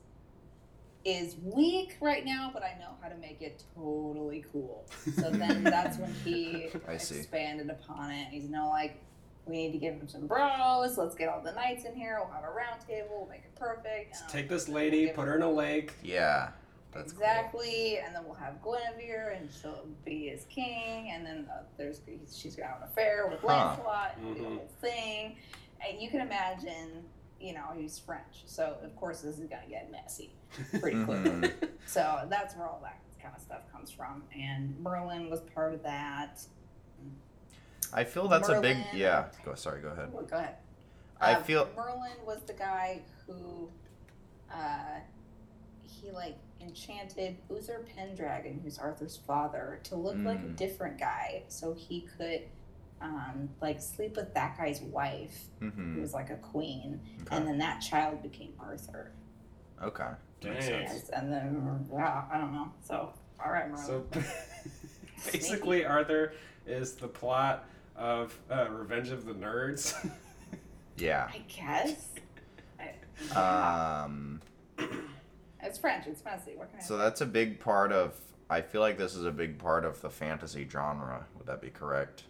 S3: is weak right now but i know how to make it totally cool So then that's when he
S1: I see.
S3: expanded upon it. He's now like, we need to give him some bros. Let's get all the knights in here. We'll have a round table. We'll make it perfect. Um,
S2: Let's
S3: And
S2: take
S3: I'll-
S2: this lady, put her in a lake.
S1: yeah. That's
S3: exactly. And then we'll have Guinevere, and she'll be his king. And then uh, there's she's gonna have an affair with
S1: Huh.
S3: Lancelot and the
S2: Mhm.
S3: whole thing. And you can imagine, you know, he's French, so of course this is gonna get messy pretty
S1: cool.
S3: quickly.
S1: Mhm.
S3: So that's where all that kind of stuff comes from. And Merlin was part of that.
S1: I feel that's a big
S3: Merlin. Um,
S1: yeah. Go sorry, go ahead.
S3: Oh, go ahead.
S1: I feel-
S3: Uh, Merlin was the guy who, uh, he like enchanted Uther Pendragon, who's Arthur's father, to look like a
S1: Mm.
S3: different guy, so he could, um, like sleep with that guy's wife, who
S1: hmm
S3: was like a queen, and
S1: Okay.
S3: then that child became Arthur.
S1: okay. Makes
S2: Dang.
S1: sense.
S3: Yes, and then yeah, I don't know. So all right, Merlin.
S2: So basically, Arthur is the plot of uh, Revenge of the Nerds.
S1: Yeah.
S3: I guess. I-
S1: Um.
S3: It's French. It's messy. What can I?
S1: So that's a big part of. I feel like this is a big part of the fantasy genre. Would that be correct?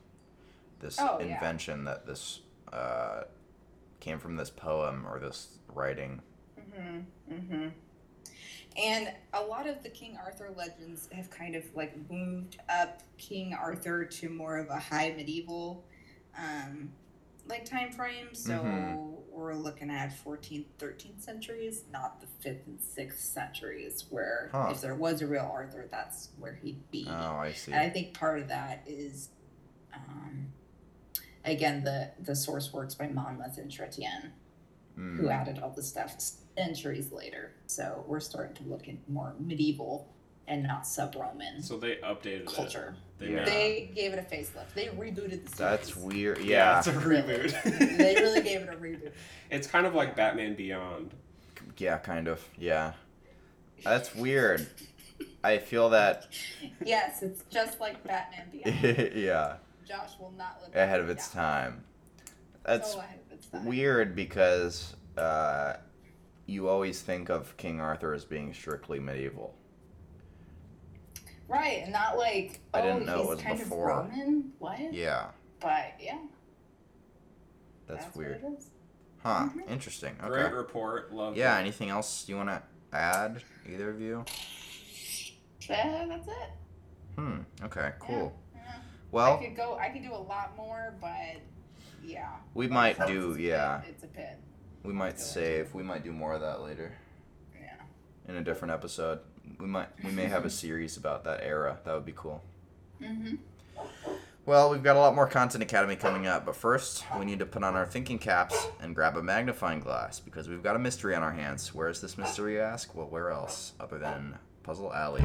S1: This
S3: Oh, yeah.
S1: invention that this uh, came from this poem or this writing.
S3: hmm hmm And a lot of the King Arthur legends have kind of like moved up King Arthur to more of a high medieval, um, like time frame. So
S1: Mhm.
S3: we're looking at 14th, 13th centuries, not the 5th and 6th centuries, where
S1: Huh.
S3: if there was a real Arthur, that's where he'd be.
S1: Oh, I see.
S3: And I think part of that is, um, again, the the source works by Monmouth and Chrétien,
S1: Mm.
S3: who added all this stuff centuries later. So we're starting to look at more medieval and not sub Roman
S2: so they updated it.
S3: culture.
S2: They
S1: Yeah.
S2: made it.
S3: They gave it a facelift. They rebooted the series.
S1: That's weird.
S2: Yeah,
S1: Yeah.
S2: it's a reboot.
S3: they really gave it a reboot.
S2: It's kind of like Batman Beyond.
S1: Yeah, kind of. Yeah. That's weird. I feel that.
S3: Yes, it's just like Batman Beyond.
S1: yeah.
S3: Josh will not let
S1: Ahead
S3: that
S1: of its
S3: down. uh,
S1: time. That's
S3: so ahead of its time.
S1: weird because uh, you always think of King Arthur as being strictly medieval.
S3: Right, and not like oh,
S1: I didn't know it
S3: he's
S1: was
S3: kind
S1: before.
S3: of Roman. What?
S1: Yeah,
S3: But yeah,
S1: that's,
S3: what
S1: weird. Mm-hmm.
S3: it is.
S1: Huh?
S3: Mhm.
S1: Interesting. Okay.
S2: Great report. Love
S1: Yeah.
S2: that.
S1: Anything else you want to add? Either of you?
S3: Yeah, that's it.
S1: Hmm. Okay. Cool.
S3: Yeah. I
S1: Well,
S3: could go. I could do a lot more, but yeah.
S1: we
S3: Like,
S1: might
S3: since
S1: do.
S3: it's a bit-
S1: Yeah.
S3: it's a bit.
S1: We might save. We might do more of that later
S3: Yeah.
S1: in a different episode. We might. We may have a series about that era. That would be cool.
S3: Mm-hmm.
S1: Well, we've got a lot more Content Academy coming up, but first, we need to put on our thinking caps and grab a magnifying glass because we've got a mystery on our hands. Where is this mystery, you ask? Well, where else other than Puzzle Alley?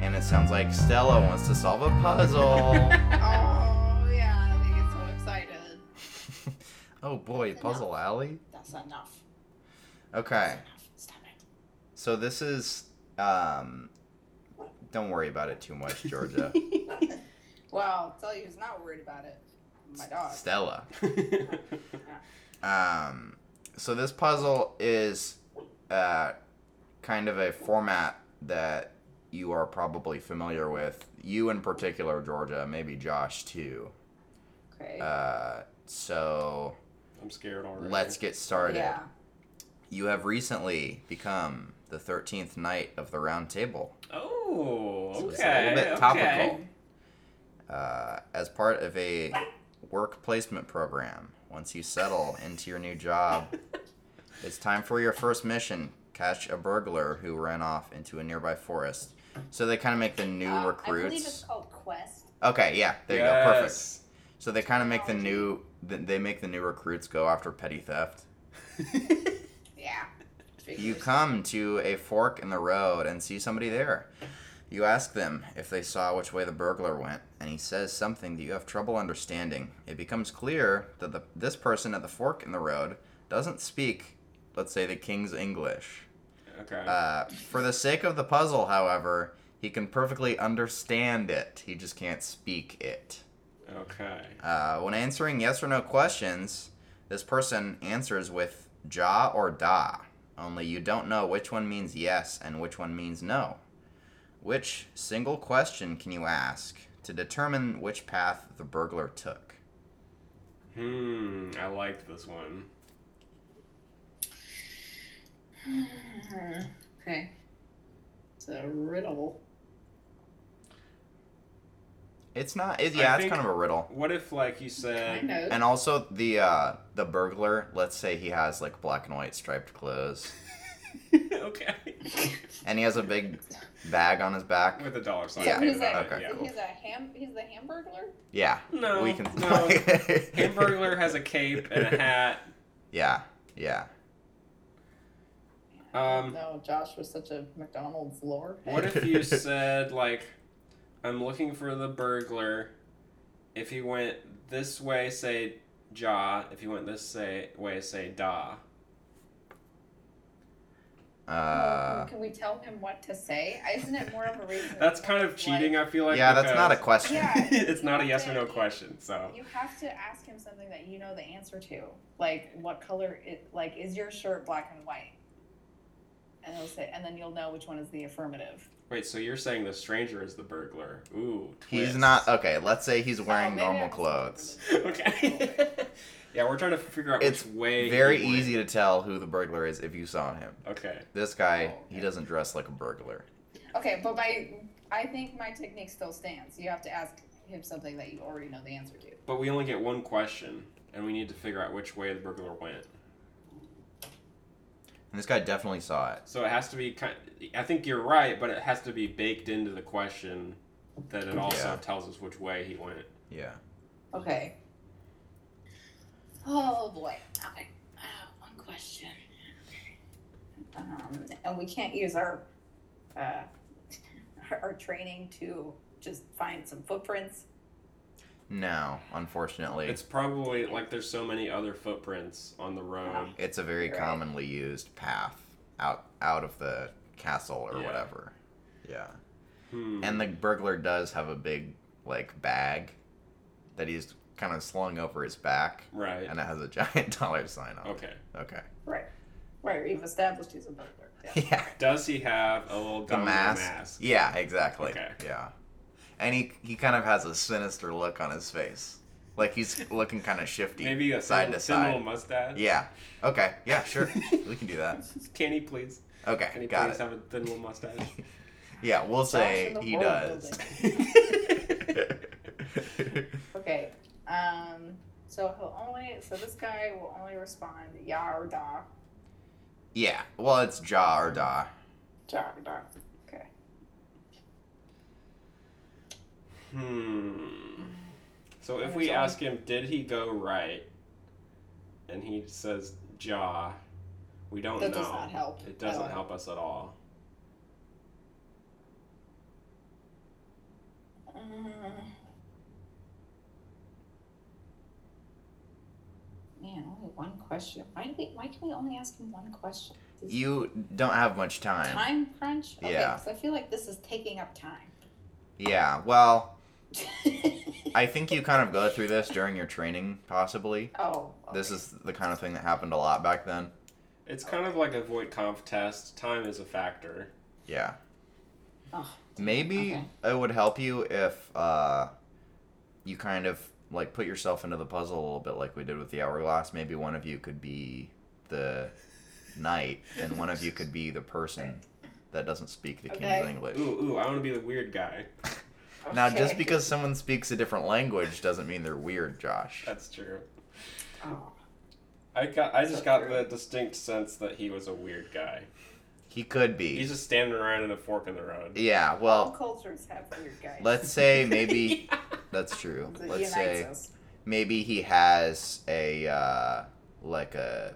S1: And it sounds like Stella wants to solve a puzzle.
S3: Oh yeah, they get so excited.
S1: oh boy, Puzzle Alley?
S3: That's enough.
S1: Okay,
S3: Stop it.
S1: so this is. Um, don't worry about it too much, Georgia.
S3: well, I'll tell you who's not worried about it. My dog.
S1: Stella. Um, so this puzzle is uh, kind of a format that you are probably familiar with. You in particular, Georgia, maybe Josh too.
S3: Okay.
S1: Uh, so
S2: I'm scared already.
S1: let's get started.
S3: yeah.
S1: You have recently become the 13th Knight of the Round Table.
S2: Oh, okay.
S1: So it's a little bit
S2: okay.
S1: topical. uh, as part of a work placement program. Once you settle into your new job, it's time for your first mission catch a burglar who ran off into a nearby forest. So they kind of make the new
S3: Uh, I believe it's
S1: recruits.
S3: called Quest.
S1: Okay, yeah, there you go, perfect.
S2: yes.
S1: So they kind of make the
S3: Technology.
S1: new th- they make the new recruits go after petty theft.
S3: Yeah.
S1: You
S3: Figures.
S1: come to a fork in the road and see somebody there. You ask them if they saw which way the burglar went, and he says something that you have trouble understanding. It becomes clear that the, this person at the fork in the road doesn't speak, let's say, the king's English.
S2: Okay.
S1: Uh, for the sake of the puzzle, however, he can perfectly understand it. He just can't speak it.
S2: okay.
S1: Uh, when answering yes or no questions, this person answers with ja or da, only you don't know which one means yes and which one means no. Which single question can you ask to determine which path the burglar took?
S2: Hmm. I liked this one.
S3: Mm-hmm. okay. It's a riddle.
S1: It's not, it,
S2: I
S1: yeah, it's
S2: think-
S1: kind of a riddle.
S2: What if, like you said,
S3: I know.
S1: And also the uh, the burglar, let's say he has like black and white striped clothes,
S2: okay,
S1: Oh, and he has a big bag on his back.
S2: with a dollar sign?
S1: Yeah,
S3: So he's, a,
S2: about it,
S1: okay,
S2: yeah.
S1: cool.
S3: he's a ham. He's the hamburglar.
S1: Yeah,
S2: No,
S1: we can.
S2: no. Hamburglar has a cape and a hat.
S1: yeah, yeah.
S2: Um,
S3: no, Josh was such a McDonald's lore.
S2: What if you said like, I'm looking for the burglar. If he went this way, say ja. If he went this say, way, say da.
S1: Uh,
S3: Can we tell him what to say? Isn't it more of a reason?
S2: That's kind of cheating. I feel like.
S1: yeah, that's not a
S2: because
S1: question.
S3: Yeah.
S2: it's not a yes or no question. So
S3: You have to ask him something that you know the answer to, like what color it. Like, is your shirt black and white? And he'll say, and then you'll know which one is the affirmative.
S2: wait, so you're saying the stranger is the burglar? Ooh,
S1: He's
S2: twist.
S1: not okay. Let's say he's wearing
S3: Oh, maybe
S1: normal
S3: I'm
S1: clothes.
S2: Okay. yeah, we're trying to figure out
S1: It's
S2: which way.
S1: Very
S2: he went.
S1: easy to tell who the burglar is if you saw him.
S2: Okay.
S1: This guy,
S3: Oh,
S1: he
S3: okay.
S1: doesn't dress like a burglar.
S3: Okay, but my, I think my technique still stands. You have to ask him something that you already know the answer to.
S2: But we only get one question, and we need to figure out which way the burglar went.
S1: And this guy definitely saw it.
S2: So it has to be kind. I think you're right, but it has to be baked into the question that it also
S1: Yeah.
S2: tells us which way he went.
S1: Yeah.
S3: Okay. Oh boy. Okay. Uh, one question. Um, and we can't use our uh, our training to just find some footprints.
S1: No, unfortunately,
S2: It's
S1: it's,
S2: probably like there's so many other footprints on the road.
S1: a very
S3: Right.
S1: commonly used path out out of the castle or
S2: Yeah.
S1: whatever. Yeah.
S2: Hmm.
S1: And the burglar does have a big like bag that he's kind of slung over his back,
S2: Right.
S1: and it has a giant dollar sign on
S2: Okay.
S1: it. Okay.
S3: Right. Right. We've established he's a burglar. Yeah.
S1: Yeah.
S2: Does he have a little
S1: The
S2: domino
S1: mask.
S2: mask?
S1: Yeah, exactly.
S2: Okay.
S1: Yeah. And he he kind of has a sinister look on his face. Like he's looking kind of shifty.
S2: Maybe a
S1: side
S2: thin,
S1: to
S2: thin little
S1: side.
S2: mustache.
S1: Yeah. Okay. Yeah, sure. we can do that.
S2: Can he please? Can
S1: Okay.
S2: he
S1: Got
S2: please
S1: it.
S2: have a thin little mustache?
S1: Yeah, we'll
S3: Mustache in
S1: say
S3: the
S1: he
S3: whole
S1: does.
S3: Okay. Um. So he'll only. So this guy will only respond ya or da.
S1: yeah. Well, it's jaw or da.
S3: Ja or da. Okay.
S2: hmm. So if
S3: Yeah,
S2: we
S3: so-
S2: ask him, did he go right? And he says jaw, we
S1: Oh,
S2: don't
S3: That
S2: know.
S3: does not help
S2: It
S3: at
S2: doesn't
S3: all.
S2: help us at all.
S3: Mm. Man, only one question. Why do we? Why can we only ask him one question? Is
S1: You don't have much
S3: it
S1: time.
S3: time crunch. Okay,
S1: Yeah.
S3: 'cause I feel like this is taking up time.
S1: Yeah. Well, I think you kind of go through this during your training, possibly.
S3: oh.
S1: This
S3: okay.
S1: is the kind of thing that happened a lot back then.
S2: It's
S3: Oh.
S2: kind of like a void conf test. Time is a factor.
S1: Yeah.
S3: Oh.
S1: Maybe
S3: Okay.
S1: it would help you if uh, you kind of like put yourself into the puzzle a little bit, like we did with the hourglass. Maybe one of you could be the knight, and one of you could be the person that doesn't speak the king's
S3: Okay.
S1: English.
S2: Ooh, ooh, I want to be the weird guy.
S1: Now, just
S3: Okay.
S1: because someone speaks a different language doesn't mean they're weird, Josh.
S2: That's true.
S3: Oh.
S2: I got. I just
S3: That's
S2: got
S3: true.
S2: the distinct sense that he was a weird guy.
S1: He could be.
S2: He's just standing around in a fork in the road.
S1: Yeah,
S3: All
S1: well,
S3: cultures have weird guys.
S1: Oh. let's say maybe that's true.
S3: It
S1: Let's
S3: unites
S1: say
S3: us.
S1: maybe he has a uh, like a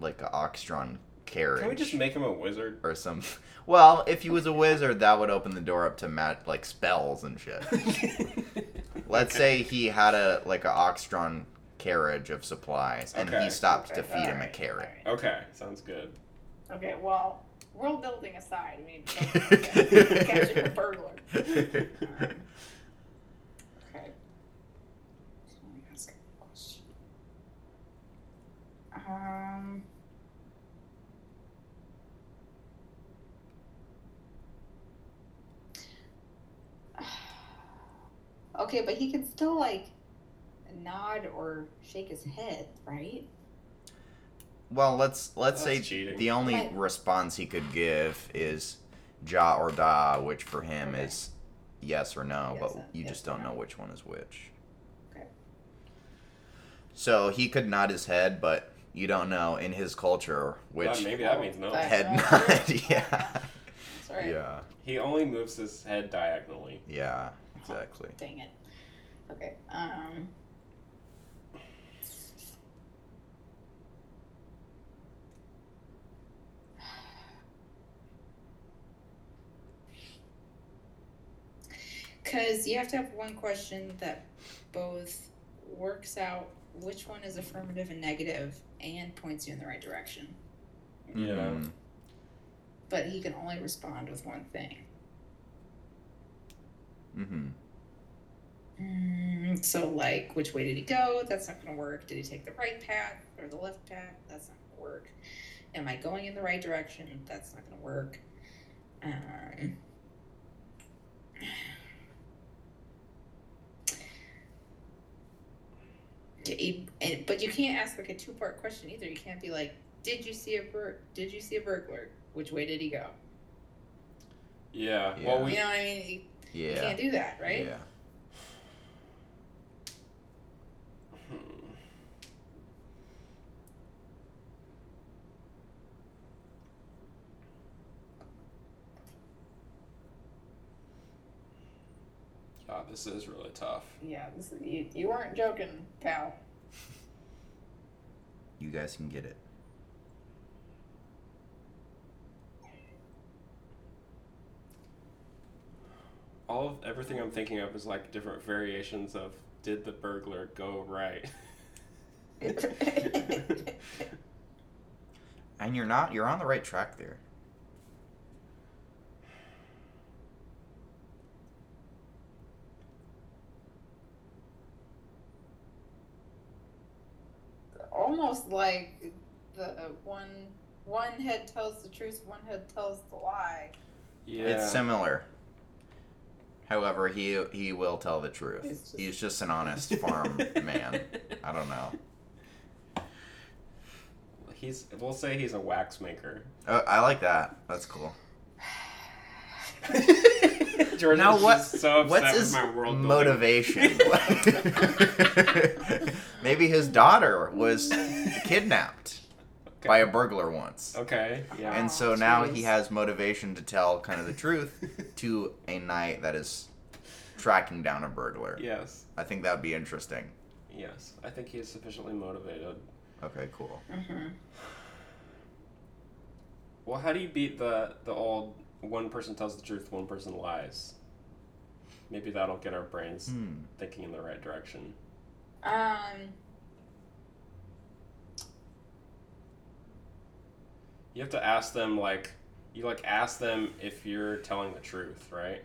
S1: like a oxtron carriage
S2: Can we just make him a wizard?
S1: or some. Well, if he was a wizard, that would open the door up to mat like spells and shit. Let's say he had a like a oxtron carriage of supplies, and
S2: Okay.
S1: he stopped to
S3: Okay,
S1: feed him a
S3: alright,
S1: carrot.
S3: alright.
S2: Okay, sounds good.
S3: Okay, well, world building aside, I mean, catching a burglar. Um, okay. So let me ask a question. Um. Okay, but he can still like nod or shake his head, right?
S1: Well, let's let's
S2: Oh, That's
S1: say
S2: cheating.
S1: the only
S3: Right.
S1: response he could give is ja or da, which for him
S3: Okay.
S1: is yes or no,
S3: Yes
S1: but
S3: and-
S1: you
S3: yes
S1: just
S3: or
S1: don't know
S3: no.
S1: which one is which.
S3: Okay.
S1: So he could nod his head, but you don't know in his culture
S2: Well,
S1: which
S2: maybe that means no.
S3: Right.
S1: head
S3: Right.
S1: nod. yeah.
S3: Sorry.
S1: Yeah.
S2: He only moves his head diagonally.
S1: Yeah. Exactly.
S3: Dang it. Okay. Um. Because you have to have one question that both works out which one is affirmative and negative and points you in the right direction.
S2: Yeah.
S1: Mhm.
S3: But he can only respond with one thing.
S1: Mhm.
S3: Mm, so like which way did he go that's not going to work did he take the right path or the left path that's not going to work am i going in the right direction that's not going to work um, d- and- but you can't ask like a two-part question either you can't be like did you see a bur- did you see a burglar which way did he go
S2: Yeah.
S1: Yeah.
S2: Well,
S3: you
S2: we.
S3: know what i mean you, you
S1: Yeah.
S3: can't do that right
S1: Yeah.
S2: Hmm. God, this is really tough.
S3: yeah this is, you, you weren't joking pal
S1: You guys can get it.
S2: All of everything I'm thinking of is like different variations of "Did the burglar go right?"
S1: And you're not you're on the right track there.
S3: almost like the one one head tells the truth, one head tells the lie.
S2: Yeah.
S1: It's similar. However, he he will tell the truth.
S3: It's just-
S1: He's just an honest farm man. I don't know.
S2: He's. We'll say he's a wax maker.
S1: Uh, I like that. That's cool.
S2: Jordan
S1: Now
S2: is
S1: what-
S2: just so upset
S1: What's
S2: with
S1: his
S2: my world building.
S1: motivation? Maybe his daughter was kidnapped
S2: Okay. Oh,
S1: by a burglar once.
S2: Okay. Yeah.
S1: And so
S3: Aw,
S1: now
S3: geez.
S1: he has motivation to tell kind of the truth to a knight that is tracking down a burglar.
S2: yes.
S1: I think that would be interesting.
S2: Yes. I think he is sufficiently motivated.
S1: Okay, cool.
S3: Mm-hmm.
S2: Well, how do you beat the the old one person tells the truth, one person lies? Maybe that'll get our brains
S1: Hmm.
S2: thinking in the right direction.
S3: Um,
S2: You have to ask them like you like ask them if you're telling the truth, right?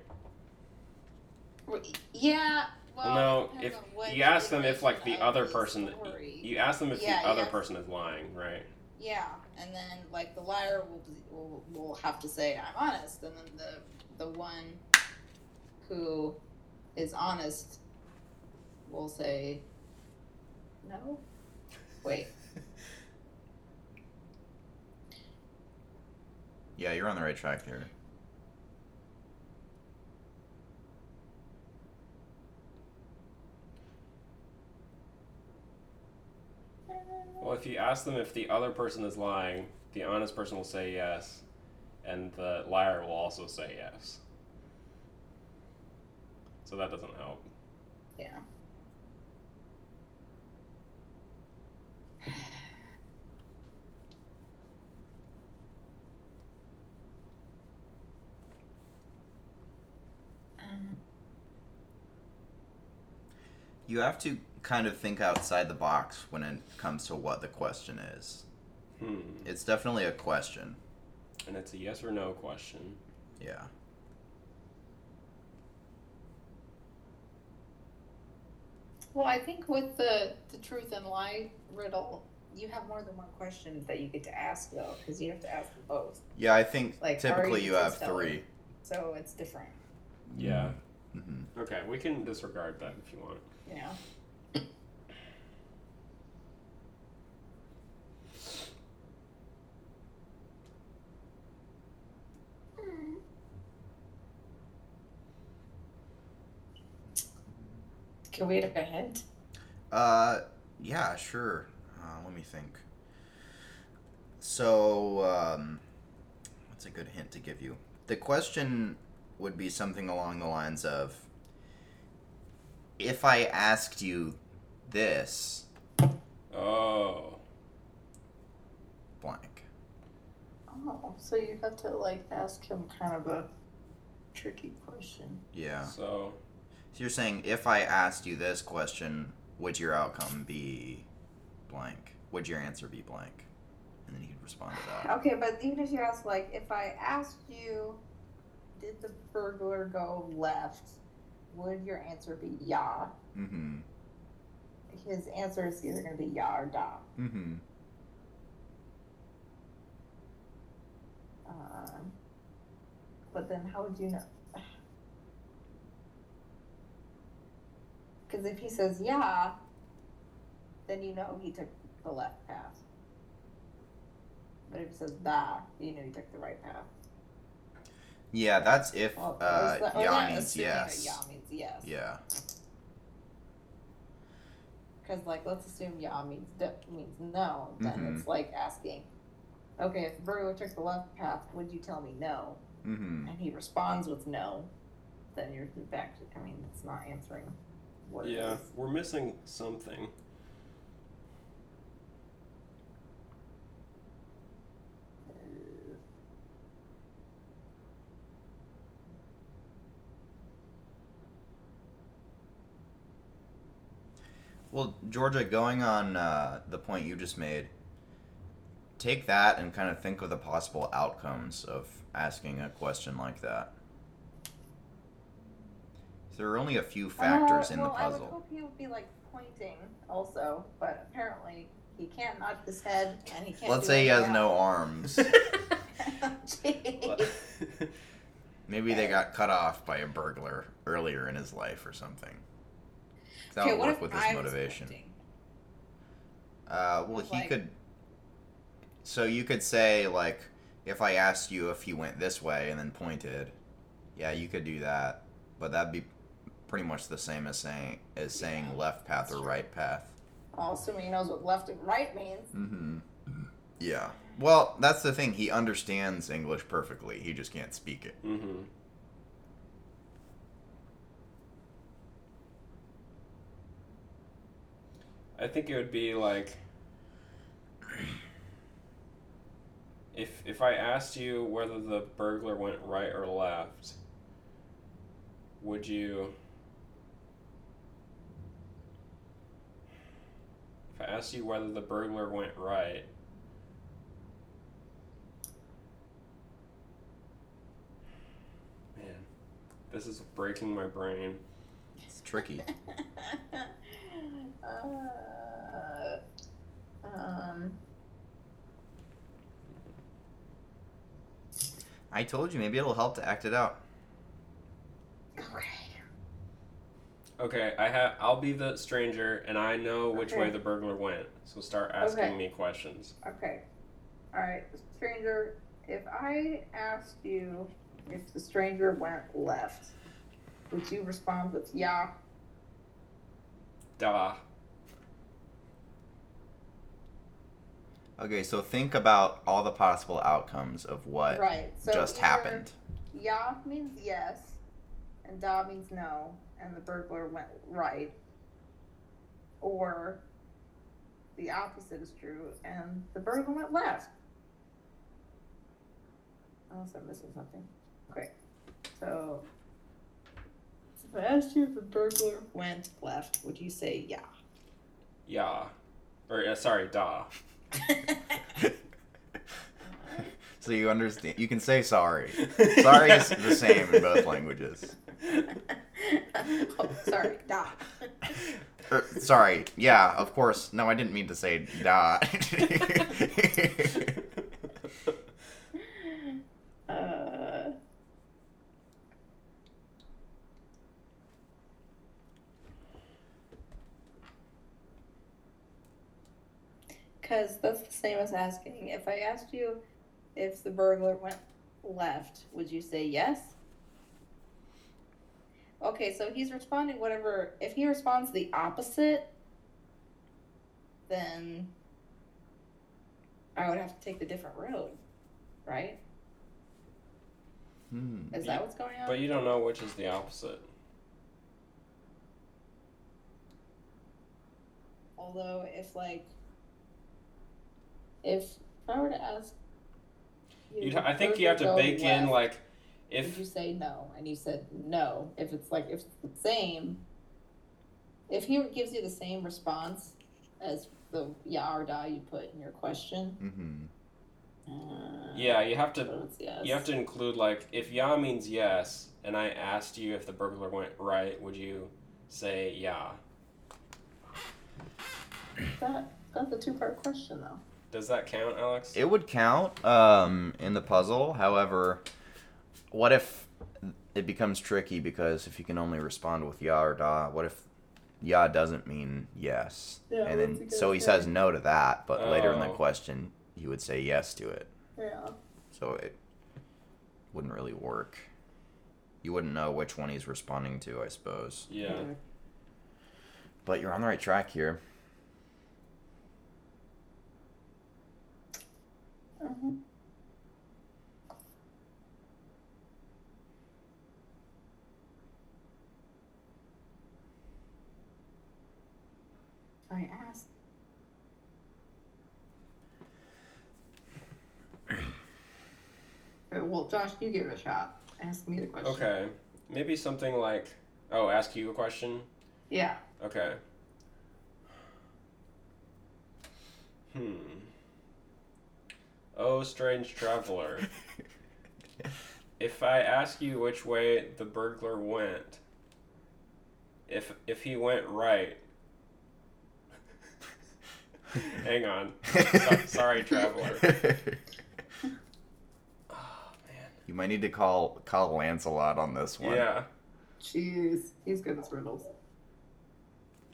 S3: w- yeah. Well,
S2: no,
S3: it depends
S2: if
S3: on what
S2: you ask them if like the
S3: dimension
S2: other
S3: of
S2: person
S3: story.
S2: you ask them if
S3: Yeah,
S2: the other
S3: yeah.
S2: person is lying, right?
S3: Yeah, and then like the liar will be- will, will have to say I'm honest, and then the the one who is honest will say no. Wait,
S1: Yeah, you're on the right track here.
S2: Well, if you ask them if the other person is lying, the honest person will say yes, and the liar will also say yes. So that doesn't help.
S3: yeah. Um,
S1: You have to kind of think outside the box when it comes to what the question is.
S2: Hmm.
S1: It's definitely a question.
S2: And it's a yes or no question.
S1: Yeah.
S3: Well, I think with the the truth and lie riddle, you have more than one question that you get to ask though, because you have to ask them both.
S1: Yeah, I think
S3: Like,
S1: typically
S3: are you
S1: you have
S3: just
S1: three.
S3: So it's different,
S2: Yeah.
S1: hmm
S2: Okay, we can disregard that if you want.
S3: you know. Can we have a hint?
S1: Uh, yeah, sure. Uh, let me think. So, um, what's a good hint to give you? The question would be something along the lines of If I asked you this,
S2: Oh.
S1: blank.
S3: Oh, so you have to like ask him kind of a tricky question.
S1: Yeah. So
S2: So,
S1: you're saying, if I asked you this question, would your outcome be blank? Would your answer be blank? And then you could respond to that.
S3: Okay, but even if you ask like, if I asked you, did the burglar go left? Would your answer be yeah?
S1: Mm hmm.
S3: His answer is either going to be yeah or da.
S1: Mm hmm.
S3: Um, but then how would you know? Because if he says yeah, then you know he took the left path. But if he says da, you know he took the right path.
S1: Yeah, that's if
S3: Well,
S1: uh,
S3: is that- or
S1: yeah
S3: that
S1: means
S3: assuming that
S1: yes.
S3: Yeah means yes.
S1: Yeah.
S3: Because like let's assume yeah means d- means no. Then
S1: Mm-hmm.
S3: it's like asking, okay, if the burglar took the left path, would you tell me no?
S1: Mm-hmm.
S3: And he responds with no. Then you're back. To, I mean, it's not answering. What it
S2: yeah,
S3: is.
S2: we're missing something.
S1: Well, Georgia, going on uh, the point you just made, take that and kind of think of the possible outcomes of asking a question like that. There are only a few factors
S3: Uh,
S1: in
S3: well,
S1: the
S3: I would
S1: puzzle.
S3: hope he would be like pointing also, but apparently He can't nod his head, and he can't.
S1: Let's
S3: do
S1: say he has
S3: anything
S1: no arms.
S3: else. Jeez.
S1: Maybe they got cut off by a burglar earlier in his life or something. That
S3: okay,
S1: would
S3: what
S1: work
S3: if
S1: with
S3: I
S1: his
S3: was
S1: motivation.
S3: painting?
S1: Uh, well,
S3: Of,
S1: he
S3: like-
S1: could. So you could say like, if I asked you if you went this way and then pointed, yeah, you could do that, but that'd be pretty much the same as saying as saying
S3: Yeah,
S1: left path
S3: that's
S1: or
S3: true.
S1: right path.
S3: Well, assuming he knows what left and right means.
S1: Mm-hmm. Yeah. Well, that's the thing. He understands English perfectly. He just can't speak it.
S2: Mm-hmm. I think it would be like if if I asked you whether the burglar went right or left, would you If I asked you whether the burglar went right, man, this is breaking my brain.
S1: It's tricky.
S3: uh, um,
S1: I told you. Maybe it'll help to act it out.
S3: okay.
S2: Okay, I have. I'll be the stranger, and I know which
S3: Okay.
S2: way the burglar went. So start asking
S3: Okay.
S2: me questions.
S3: Okay. All right, stranger. If I asked you if the stranger went left, would you respond with "Yeah"?
S2: Da.
S1: Okay. So think about all the possible outcomes of what
S3: right. So
S1: just
S3: either
S1: happened.
S3: "Yeah" means yes, and "Da" means no, and the burglar went right. Or the opposite is true, and the burglar went left. Unless I'm missing something. Okay. So, if I asked you if the burglar went left, would you say yeah?
S2: Yeah. Or uh, sorry, da.
S1: So you understand. You can say sorry. Sorry is the same in both languages.
S3: oh, sorry, da.
S1: Er, sorry. Yeah, of course. No, I didn't mean to say Hmm, da.
S3: Uh, Because that's the same as asking. If I asked you if the burglar went left, would you say yes? Okay, so he's responding whatever. If he responds the opposite, then I would have to take the different road, right?
S1: Hmm.
S3: Is that what's going on?
S2: but you don't know which is the opposite.
S3: Although, if like, if I were to ask,
S2: You,
S3: know,
S2: I think
S3: where
S2: you have to
S3: go
S2: bake in
S3: west,
S2: like,
S3: Would
S2: if
S3: you say no? And you said no. If it's like if it's the same, if he gives you the same response as the yeah or die you put in your question,
S1: Mhm.
S3: uh,
S2: yeah, you have to
S3: so it's yes.
S2: you have to include like if ya means yes, and I asked you if the burglar went right, would you say yeah?
S3: That, that's a two part question though.
S2: Does that count, Alex?
S1: It would count um, in the puzzle. However, what if it becomes tricky because if you can only respond with ya or da, what if ya doesn't mean yes?
S3: Yeah,
S1: and
S3: that's a
S1: then
S3: good
S1: so he
S3: point.
S1: says no to that, but later in the
S2: Oh.
S1: question he would say yes to it.
S3: Yeah.
S1: So it wouldn't really work. You wouldn't know which one he's responding to, I suppose.
S2: yeah.
S1: But you're on the right track here.
S3: Mhm. I asked. Okay, Uh, well, Josh, you give it a shot. Ask me the question.
S2: Okay. Maybe something like, oh, ask you a question?
S3: Yeah.
S2: Okay. Hmm. Oh, strange traveler. if I ask you which way the burglar went, if if he went right, Hang on. So- sorry, traveler. Oh,
S1: You might need to call call Lancelot on this
S2: man.
S1: one.
S2: Yeah.
S3: Jeez, he's good at riddles.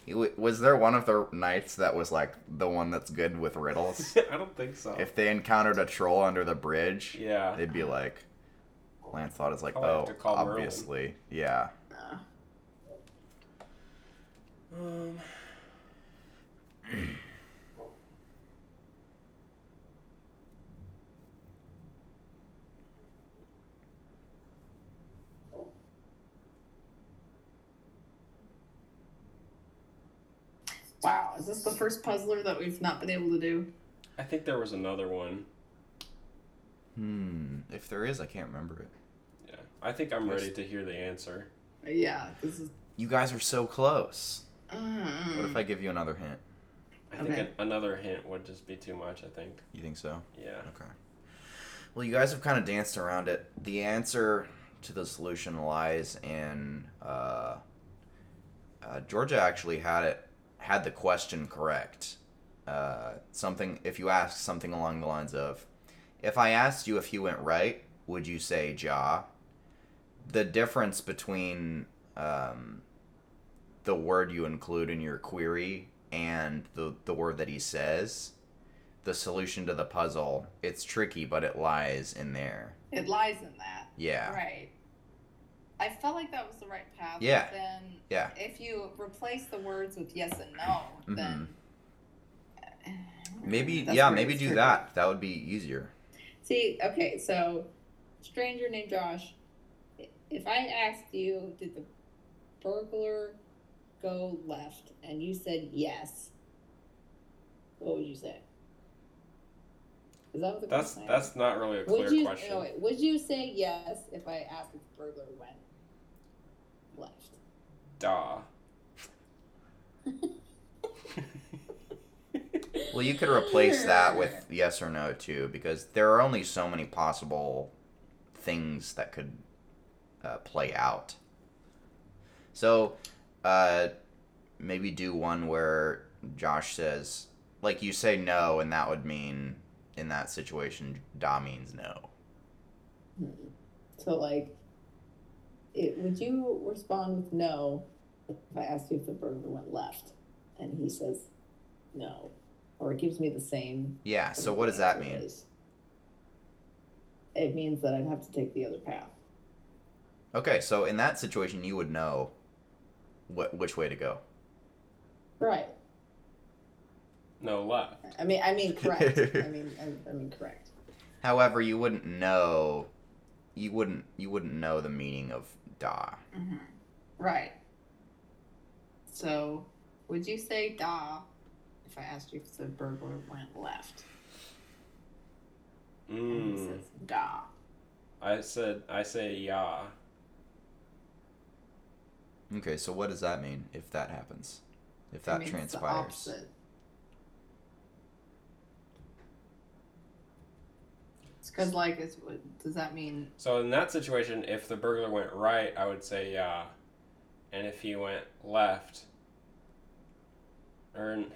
S1: He w- Was there one of the knights that was like the one that's good with riddles?
S2: I don't think so.
S1: if they encountered a troll under the bridge,
S2: yeah.
S1: they'd be like, Lancelot is like,
S2: I'll have
S1: oh,
S2: to call Merlin."
S1: obviously, yeah.
S3: Uh,
S2: Um,
S3: wow, is this the first puzzler that we've not been able to do?
S2: I think there was another one.
S1: Hmm. If there is, I can't remember it.
S2: Yeah. I think I'm
S1: Yes.
S2: ready to hear the answer.
S3: Uh, Yeah, this is.
S1: You guys are so close.
S3: Mm.
S1: What if I give you another hint?
S2: I think
S3: Okay.
S2: an- another hint would just be too much, I think.
S1: You think so?
S2: Yeah.
S1: Okay. Well, you guys have kind of danced around it. The answer to the solution lies in uh, uh, Georgia. Actually, had it had the question correct. Uh, something if you ask something along the lines of, if I asked you if you went right, would you say ja? The difference between um, the word you include in your query and the the word that he says the solution to the puzzle. It's tricky, but it lies in there.
S3: It lies in that.
S1: Yeah.
S3: Right. I felt like that was the right path. but
S1: Yeah.
S3: Then
S1: Yeah. Mm-hmm.
S3: if you replace the words with yes and no, then.
S1: Maybe
S3: That's
S1: yeah,
S3: where
S1: maybe
S3: it's
S1: do
S3: tricky.
S1: that. That would be easier.
S3: See, okay, so stranger named Josh. If I asked you, did the burglar go left, and you said yes, what would you say? Is that what the
S2: That's
S3: question is?
S2: that's not really a clear
S3: would you,
S2: question.
S3: No, wait, would you say yes if I asked if the burglar went left?
S2: Duh.
S1: Well, you could replace that with yes or no too, because there are only so many possible things that could uh, play out. So, uh, maybe do one where Josh says, like you say no, and that would mean in that situation, da means no.
S3: Hmm. So, like, it, would you respond with no if I asked you if the burglar went left? And he says no. Or it gives me the same.
S1: Yeah. So what does that mean?
S3: answer is. It means that I'd have to take the other path.
S1: Okay, so in that situation, you would know what which way to go.
S3: Right.
S2: No left.
S3: I mean, I mean, correct. I mean, I, I mean, correct.
S1: However, you wouldn't know, you wouldn't you wouldn't know the meaning of da.
S3: Mm-hmm. Right. So, would you say da if I asked you if the burglar went left? And
S1: Hmm.
S3: he
S2: Mm.
S3: says da.
S2: I said I say yeah.
S1: Okay, so what does that mean if that happens? If that
S3: means the
S1: transpires?
S3: opposite. It's because, like, it's, what- does that mean?
S2: So in that situation, if the burglar went right, I would say yeah, and if he went left, or n-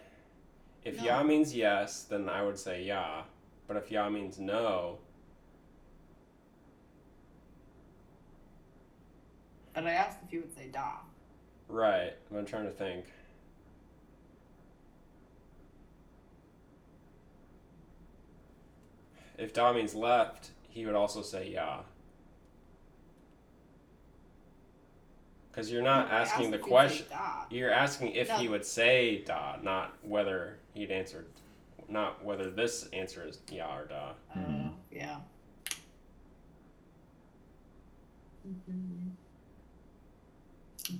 S2: if
S3: No.
S2: yeah means yes, then I would say yeah. But if yeah means no,
S3: But I asked if you would say da.
S2: right? I'm trying to think. If da means left, he would also say yeah. Because you're not
S3: No, I asked
S2: asking the
S3: if you would
S2: question.
S3: say da. Oh,
S2: You're asking if he
S3: No.
S2: would say da, not whether he'd answer, not whether this answer is yeah or da.
S3: Oh,
S1: Mhm.
S3: yeah. hmm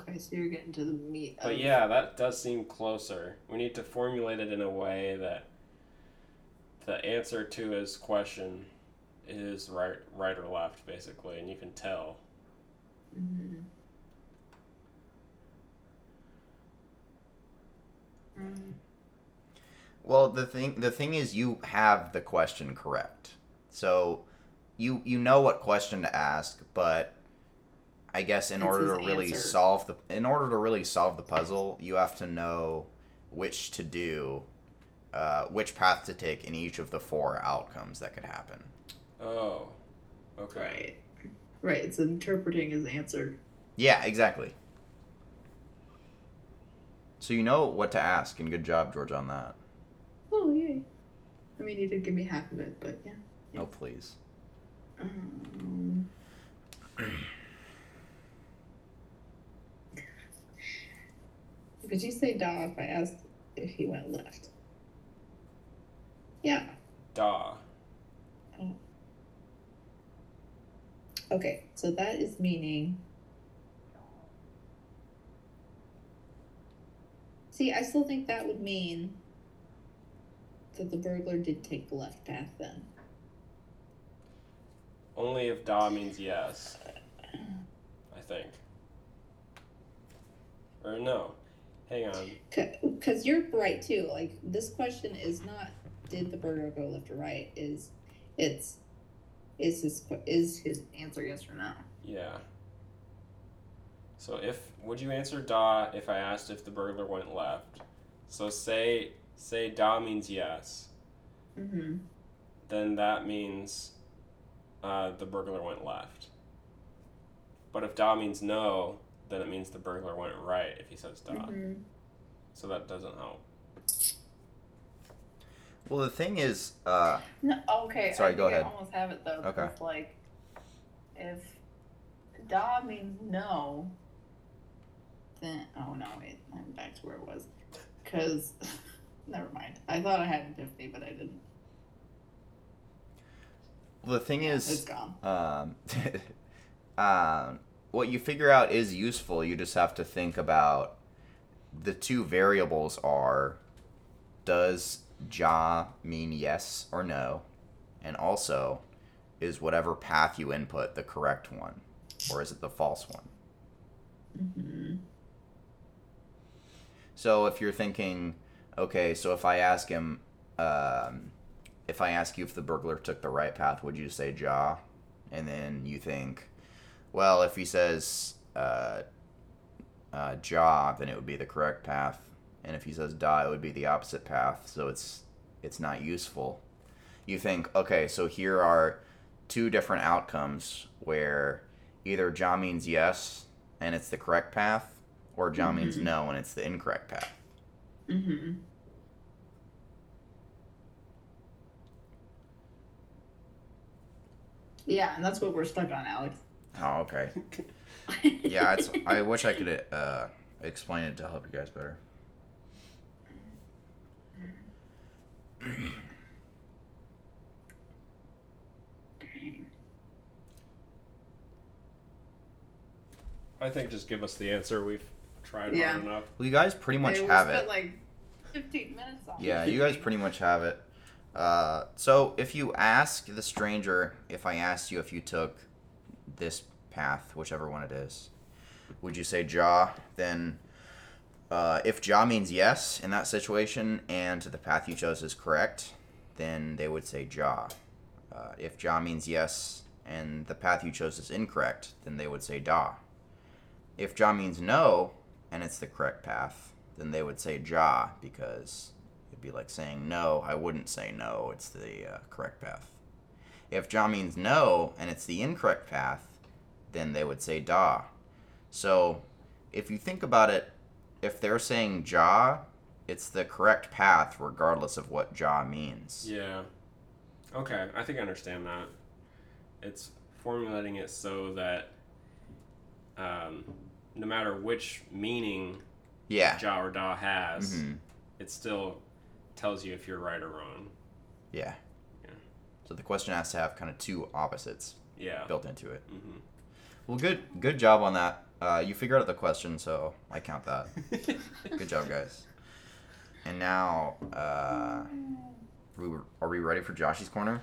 S3: Okay, so you're getting to the meat.
S2: But
S3: of-
S2: yeah, that does seem closer. We need to formulate it in a way that the answer to his question is right, right or left, basically, and you can tell.
S3: Mhm. Mm.
S1: Well, the thing the thing is, you have the question correct, so you you know what question to ask. But I guess in
S3: It's
S1: order
S3: his
S1: to really
S3: answer.
S1: solve the in order to really solve the puzzle, you have to know which to do uh, which path to take in each of the four outcomes that could happen.
S2: Oh. Okay.
S3: Right. Right. It's interpreting his answer.
S1: Yeah, exactly. So you know what to ask, and good job, George, on that.
S3: Oh, yay. I mean, you did give me half of it, but yeah.
S1: No, Oh, please.
S3: Um, could you say da if I asked if he went left? Yeah.
S2: Da.
S3: Okay. So that is meaning. See, I still think that would mean that the burglar did take the left path then.
S2: Only if da means yes. I think. Or no. Hang on.
S3: Because you're right too. Like this question is not did the burglar go left or right? Is it's is his que- is his answer yes or no?
S2: Yeah. So if would you answer da if I asked if the burglar went left? So say say da means yes.
S3: Mm-hmm.
S2: Then that means uh, the burglar went left. But if da means no, then it means the burglar went right if he says da.
S3: Mm-hmm.
S2: So that doesn't help.
S1: Well, the thing is, uh,
S3: No, okay.
S1: Sorry,
S3: I
S1: go
S3: think
S1: ahead.
S3: I almost have it though.
S1: Okay.
S3: 'cause, Like, if da means no, then oh no, wait, I'm back to where it was. Because, never mind. I thought I had an epiphany, but I didn't.
S1: the thing
S3: It's
S1: is,
S3: gone.
S1: um, um, what you figure out is useful. You just have to think about the two variables are does ja mean yes or no? And also, is whatever path you input the correct one? Or is it the false one?
S3: Mm-hmm.
S1: So if you're thinking, okay, so if I ask him, um, if I ask you if the burglar took the right path, would you say jaw? And then you think, well, if he says uh, uh, jaw, then it would be the correct path, and if he says da, it would be the opposite path. So it's it's not useful. You think, okay, so here are two different outcomes where either jaw means yes and it's the correct path, or jaw means
S3: Mhm.
S1: no and it's the incorrect path.
S3: Mm-hmm. Yeah, and that's what we're stuck on, Alex.
S1: Oh, okay. Yeah, it's, I wish I could uh, explain it to help you guys better.
S2: I think just give us the answer. We've tried hard
S3: Yeah.
S2: enough.
S1: Well, you guys pretty much
S3: Hey, we
S1: have
S3: spent
S1: it.
S3: like 15 minutes on
S1: Yeah,
S3: it.
S1: you guys pretty much have it. Uh, so if you ask the stranger, if I asked you if you took this path, whichever one it is, would you say jaw? Then, uh, if jaw means yes in that situation, and the path you chose is correct, then they would say jaw. Uh, if jaw means yes and the path you chose is incorrect, then they would say da. If jaw means no and it's the correct path, then they would say ja because It'd be like saying, no, I wouldn't say no, it's the uh, correct path. If Ja means no and it's the incorrect path, then they would say da. So if you think about it, if they're saying Ja, it's the correct path regardless of what Ja means.
S2: Yeah. Okay, I think I understand that. It's formulating it so that um, no matter which meaning
S1: Yeah.
S2: ja or da has,
S1: hmm
S2: it still tells you if you're right or wrong.
S1: Yeah.
S2: Yeah.
S1: So the question has to have kind of two opposites
S2: Yeah.
S1: built into it.
S2: Mm-hmm.
S1: Well, good good job on that. Uh, you figured out the question, so I count that.
S2: Mm-hmm.
S1: Good job, guys. And now, uh, we were, are we ready for Joshy's corner?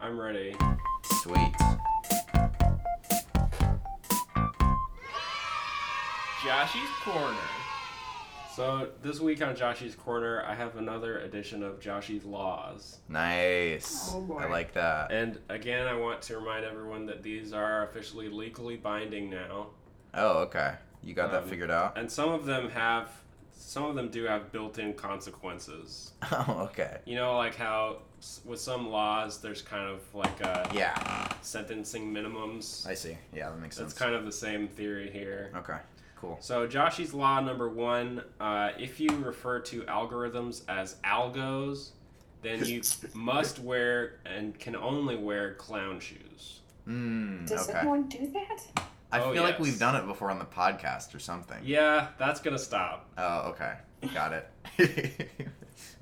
S2: I'm ready.
S1: Sweet.
S2: Joshy's Corner. So this week on Joshy's Corner, I have another edition of Joshy's Laws.
S1: Nice.
S3: Oh, boy.
S1: I like that.
S2: And again, I want to remind everyone that these are officially legally binding now.
S1: Oh, okay. You got that
S2: Um,
S1: figured out.
S2: And some of them have some of them do have built-in consequences.
S1: Oh, okay.
S2: You know, like how s- with some laws, there's kind of like uh,
S1: Yeah,
S2: sentencing minimums.
S1: I see. Yeah, that makes sense.
S2: That's kind of the same theory here.
S1: okay, cool.
S2: So Joshi's law number one: uh, if you refer to algorithms as algos, then you must wear and can only wear clown shoes.
S1: Mm,
S3: Does
S1: okay.
S3: anyone do that?
S1: I
S2: Oh,
S1: feel like we've
S2: yes.
S1: done it before on the podcast or something.
S2: Yeah, that's gonna stop.
S1: Oh, okay. Got it.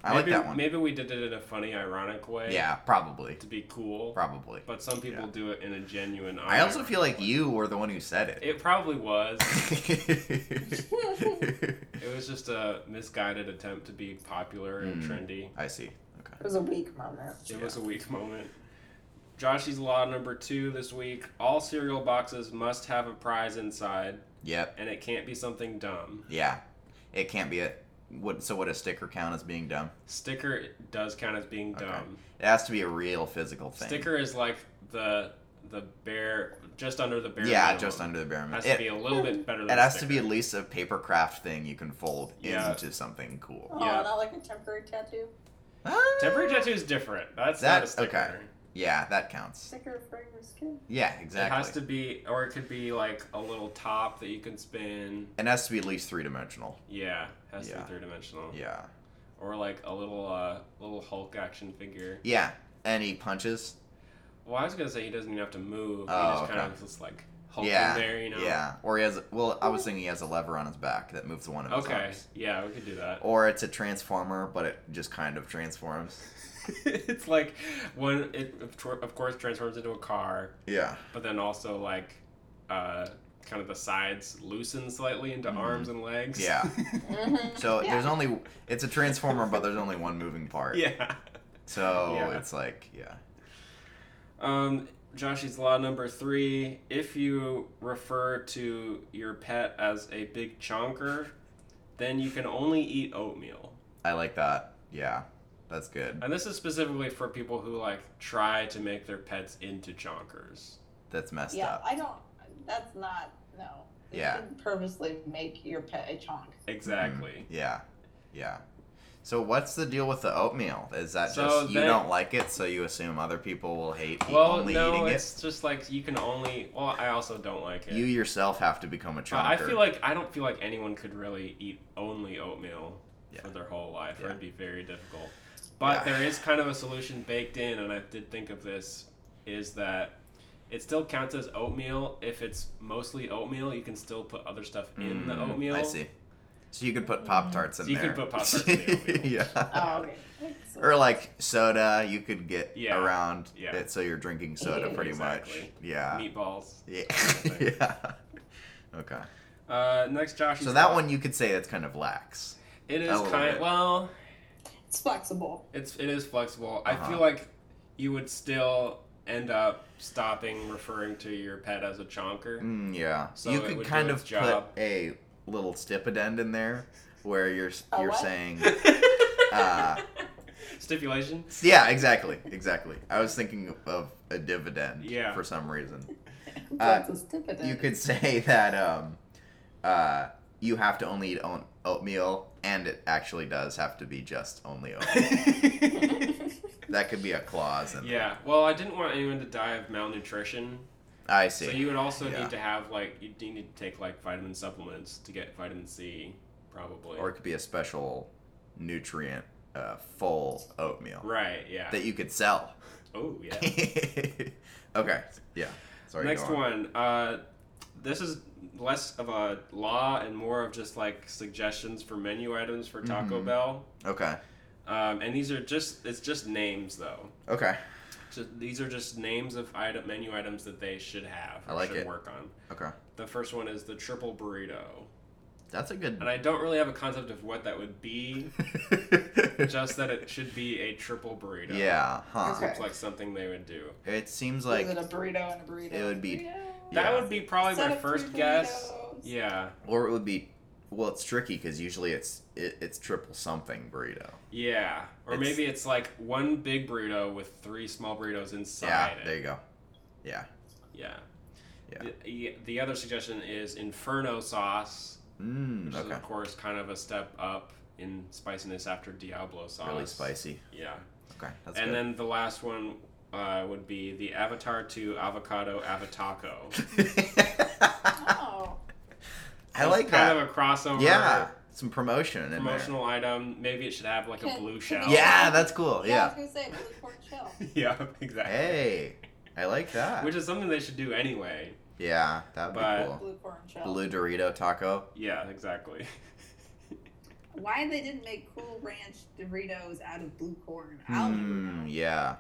S1: I like
S2: Maybe-
S1: that one.
S2: Maybe we did it in a funny, ironic way.
S1: Yeah, probably.
S2: To be cool.
S1: Probably.
S2: But some people
S1: Yeah.
S2: do it in a genuine.
S1: I also
S2: ironic
S1: feel like
S2: way.
S1: you were the one who said it.
S2: It probably was. It was just a misguided attempt to be popular and
S1: Mm.
S2: trendy.
S1: I see. Okay.
S3: It was a weak moment.
S2: It was a weak moment. Joshy's Law number two this week. All cereal boxes must have a prize inside,
S1: Yep.
S2: and it can't be something dumb.
S1: Yeah. It can't be a. What, so would a sticker count as being dumb?
S2: Sticker does count as being
S1: Okay.
S2: dumb.
S1: It has to be a real physical thing.
S2: Sticker is like the the bare just under the bare.
S1: yeah,
S2: minimum.
S1: just under the bare
S2: Has
S1: minimum.
S2: to
S1: It,
S2: be a little bit better.
S1: it
S2: Than
S1: has to
S2: sticker.
S1: be at least a paper craft thing you can fold
S2: Yeah.
S1: into something cool.
S3: Oh,
S2: Yeah.
S3: not like a temporary tattoo
S1: Ah!
S2: Temporary tattoo is different. That's not a
S1: That-
S2: sticker.
S1: okay. Yeah, that counts.
S3: sticker for your skin.
S1: Yeah, exactly.
S2: It has to be, or it could be like a little top that you can spin.
S1: It has to be at least three dimensional.
S2: Yeah, has to
S1: Yeah.
S2: be three dimensional.
S1: Yeah.
S2: Or like a little uh, little Hulk action figure.
S1: Yeah. Any punches?
S2: Well, I was gonna say he doesn't even have to move.
S1: Oh,
S2: he just kind
S1: okay.
S2: of just like Hulk
S1: yeah.
S2: in there, you know.
S1: Yeah. Or he has. Well, I was thinking he has a lever on his back that moves one of his
S2: Okay.
S1: arms.
S2: Yeah, we could do that.
S1: Or it's a transformer, but it just kind of transforms.
S2: it's like one. It of tor- of course transforms into a car,
S1: Yeah.
S2: but then also like, uh, kind of the sides loosen slightly into
S1: Mhm.
S2: arms and legs.
S1: Yeah. So
S3: Yeah.
S1: there's only it's a transformer, but there's only one moving part.
S2: yeah.
S1: So
S2: Yeah.
S1: it's like yeah.
S2: Um, Joshy's law number three: If you refer to your pet as a big chonker, then you can only eat oatmeal.
S1: I like that. Yeah. That's good.
S2: And this is specifically for people who like try to make their pets into chonkers.
S1: That's messed
S3: yeah,
S1: up.
S3: I don't. That's not no. You
S1: Yeah.
S3: shouldn't purposely make your pet a chonk.
S1: Hmm.
S2: Exactly.
S1: Yeah. Yeah. So what's the deal with the oatmeal? Is that
S2: So
S1: just you
S2: they-
S1: don't like it, so you assume other people will hate e-
S2: Well,
S1: only
S2: no,
S1: eating it?
S2: it's just like you can only. Well, I also don't like it.
S1: You yourself have to become a
S2: But
S1: chonker.
S2: I feel like I don't feel like anyone could really eat only oatmeal for
S1: Yeah.
S2: their whole life.
S1: Yeah.
S2: It would be very difficult. But
S1: Yeah.
S2: there is kind of a solution baked in, and I did think of this: is that it still counts as oatmeal if it's mostly oatmeal. You can still put other stuff in the
S1: Mm,
S2: oatmeal.
S1: I see. So you could put Pop Tarts in
S2: So you
S1: there.
S2: could put Pop-Tarts in the oatmeal.
S1: yeah.
S3: Oh, okay.
S1: Or like soda, you could get
S2: Yeah.
S1: around
S2: Yeah.
S1: it so you're drinking soda pretty much.
S2: Exactly.
S1: Yeah.
S2: Meatballs.
S1: Yeah.
S2: Something.
S1: yeah. Okay.
S2: Uh, next, Josh.
S1: So that one you could say that's kind of lax.
S2: It
S1: a
S2: is
S1: little
S2: kind.
S1: bit.
S2: Well,
S3: it's flexible.
S2: it's it is flexible. I
S1: Uh-huh.
S2: feel like you would still end up stopping referring to your pet as a chonker.
S1: Mm, yeah.
S2: So
S1: you
S2: it would
S1: could
S2: do
S1: kind
S2: its
S1: of
S2: job.
S1: put a little stipend in there where you're
S3: A
S1: you're
S3: what?
S1: saying uh,
S2: Stipulation.
S1: Yeah, exactly. Exactly. I was thinking of a dividend
S2: Yeah.
S1: for some reason.
S3: That's a stupid.
S1: Uh, you could say that um, uh, you have to only eat oat- oatmeal, and it actually does have to be just only oatmeal. that could be a clause. In
S2: Yeah. Well, I didn't want anyone to die of malnutrition,
S1: I
S2: so
S1: see.
S2: you would also
S1: Yeah.
S2: need to have like you would need to take like vitamin supplements to get vitamin C, probably.
S1: or it could be a special nutrient uh, full oatmeal
S2: right. Yeah.
S1: that you could sell.
S2: oh yeah.
S1: okay. Yeah. Sorry.
S2: Next
S1: go on.
S2: one. Uh, this is less of a law and more of just like suggestions for menu items for Taco
S1: Mhm.
S2: Bell.
S1: Okay.
S2: Um, and these are just it's just names though.
S1: Okay.
S2: So these are just names of item menu items that they should have.
S1: I like
S2: should
S1: it.
S2: Work on.
S1: Okay.
S2: The first one is the triple burrito,
S1: That's a good.
S2: and I don't really have a concept of what that would be. just that it should be a triple burrito.
S1: yeah. Huh.
S3: Okay.
S2: It's like something they would do.
S1: It seems like
S3: is it a burrito and a burrito?
S1: it would be-
S2: That
S1: Yeah.
S2: would be probably
S3: Instead
S2: my
S3: of
S2: first
S3: three
S2: guess.
S3: burritos.
S2: Yeah.
S1: or it would be well it's tricky because usually it's it, it's triple something burrito
S2: Yeah, or
S1: It's-
S2: maybe it's like one big burrito with three small burritos inside
S1: yeah
S2: it.
S1: there you go yeah
S2: Yeah.
S1: Yeah.
S2: The, the other suggestion is Inferno sauce,
S1: Mm,
S2: which is
S1: okay.
S2: of course kind of a step up in spiciness after Diablo sauce.
S1: Really spicy.
S2: Yeah.
S1: Okay, that's
S2: and
S1: good.
S2: then the last one uh, would be the Avatar 2 Avocado Avataco.
S3: Oh,
S1: I like that.
S2: kind of a crossover.
S1: yeah, some promotion. in there.
S2: Promotional item. Maybe it should have like a
S3: Can-
S2: blue
S3: can
S2: shell.
S3: we-
S1: Yeah, that's cool.
S3: yeah.
S1: Yeah.
S3: I was gonna say blue pork shell.
S2: yeah, exactly.
S1: Hey, I like that.
S2: Which is something they should do anyway.
S1: Yeah, that would
S2: But-
S1: be cool.
S3: Blue corn shell.
S1: Blue Dorito taco.
S2: Yeah, exactly.
S3: Why they didn't make Cool Ranch Doritos out of blue corn? I'll never
S1: Mm,
S3: know.
S1: yeah.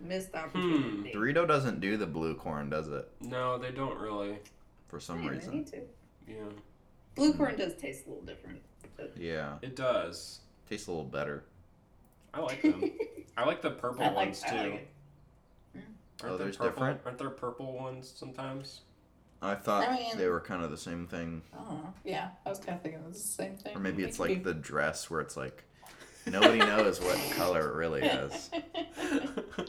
S3: Missed
S2: Hmm.
S3: opportunity.
S1: Dorito doesn't do the blue corn, does it?
S2: No, they don't really.
S1: For some
S3: Hey, they
S1: reason.
S3: need to.
S2: Yeah,
S3: Blue corn does taste a little different.
S1: Yeah.
S2: it does.
S1: Tastes a little better.
S2: I like them. I like the purple
S3: I like-
S2: ones
S3: I
S2: too.
S3: like it.
S2: Aren't
S1: Oh,
S2: there
S1: there's
S2: purple,
S1: different?
S2: Aren't there purple ones sometimes?
S1: I thought
S3: I mean-
S1: they were kind of the same thing.
S3: Oh, yeah. I was kind of thinking it was the same thing.
S1: Or maybe
S3: It
S1: it's
S3: could
S1: like
S3: be-
S1: the dress where it's like nobody knows what color it really is.
S3: Mm-hmm.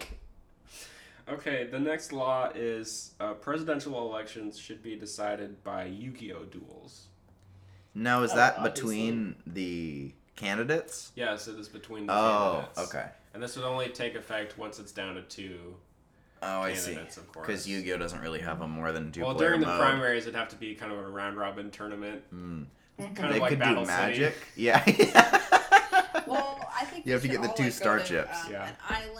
S2: okay, the next law is uh, presidential elections should be decided by Yu-Gi-Oh duels.
S1: Now, is
S3: Oh,
S1: that
S3: obviously.
S1: between the candidates?
S2: Yes, it is between the
S1: Oh,
S2: candidates.
S1: okay.
S2: And this would only take effect once it's down to two
S1: Oh, I see.
S2: candidates, of course.
S1: Because Yu-Gi-Oh doesn't really have a more than two
S2: Well,
S1: player
S2: during the
S1: mode.
S2: primaries, it'd have to be kind of a round robin tournament.
S1: Mm.
S2: Kind
S1: They
S2: of like
S1: could
S2: Battle
S1: do
S2: City.
S1: magic. Yeah.
S3: Well, I think
S1: You
S3: we
S1: have to
S3: should
S1: get the
S3: all,
S1: two
S3: like,
S1: star
S3: go to,
S1: chips.
S3: um,
S2: Yeah.
S3: An island,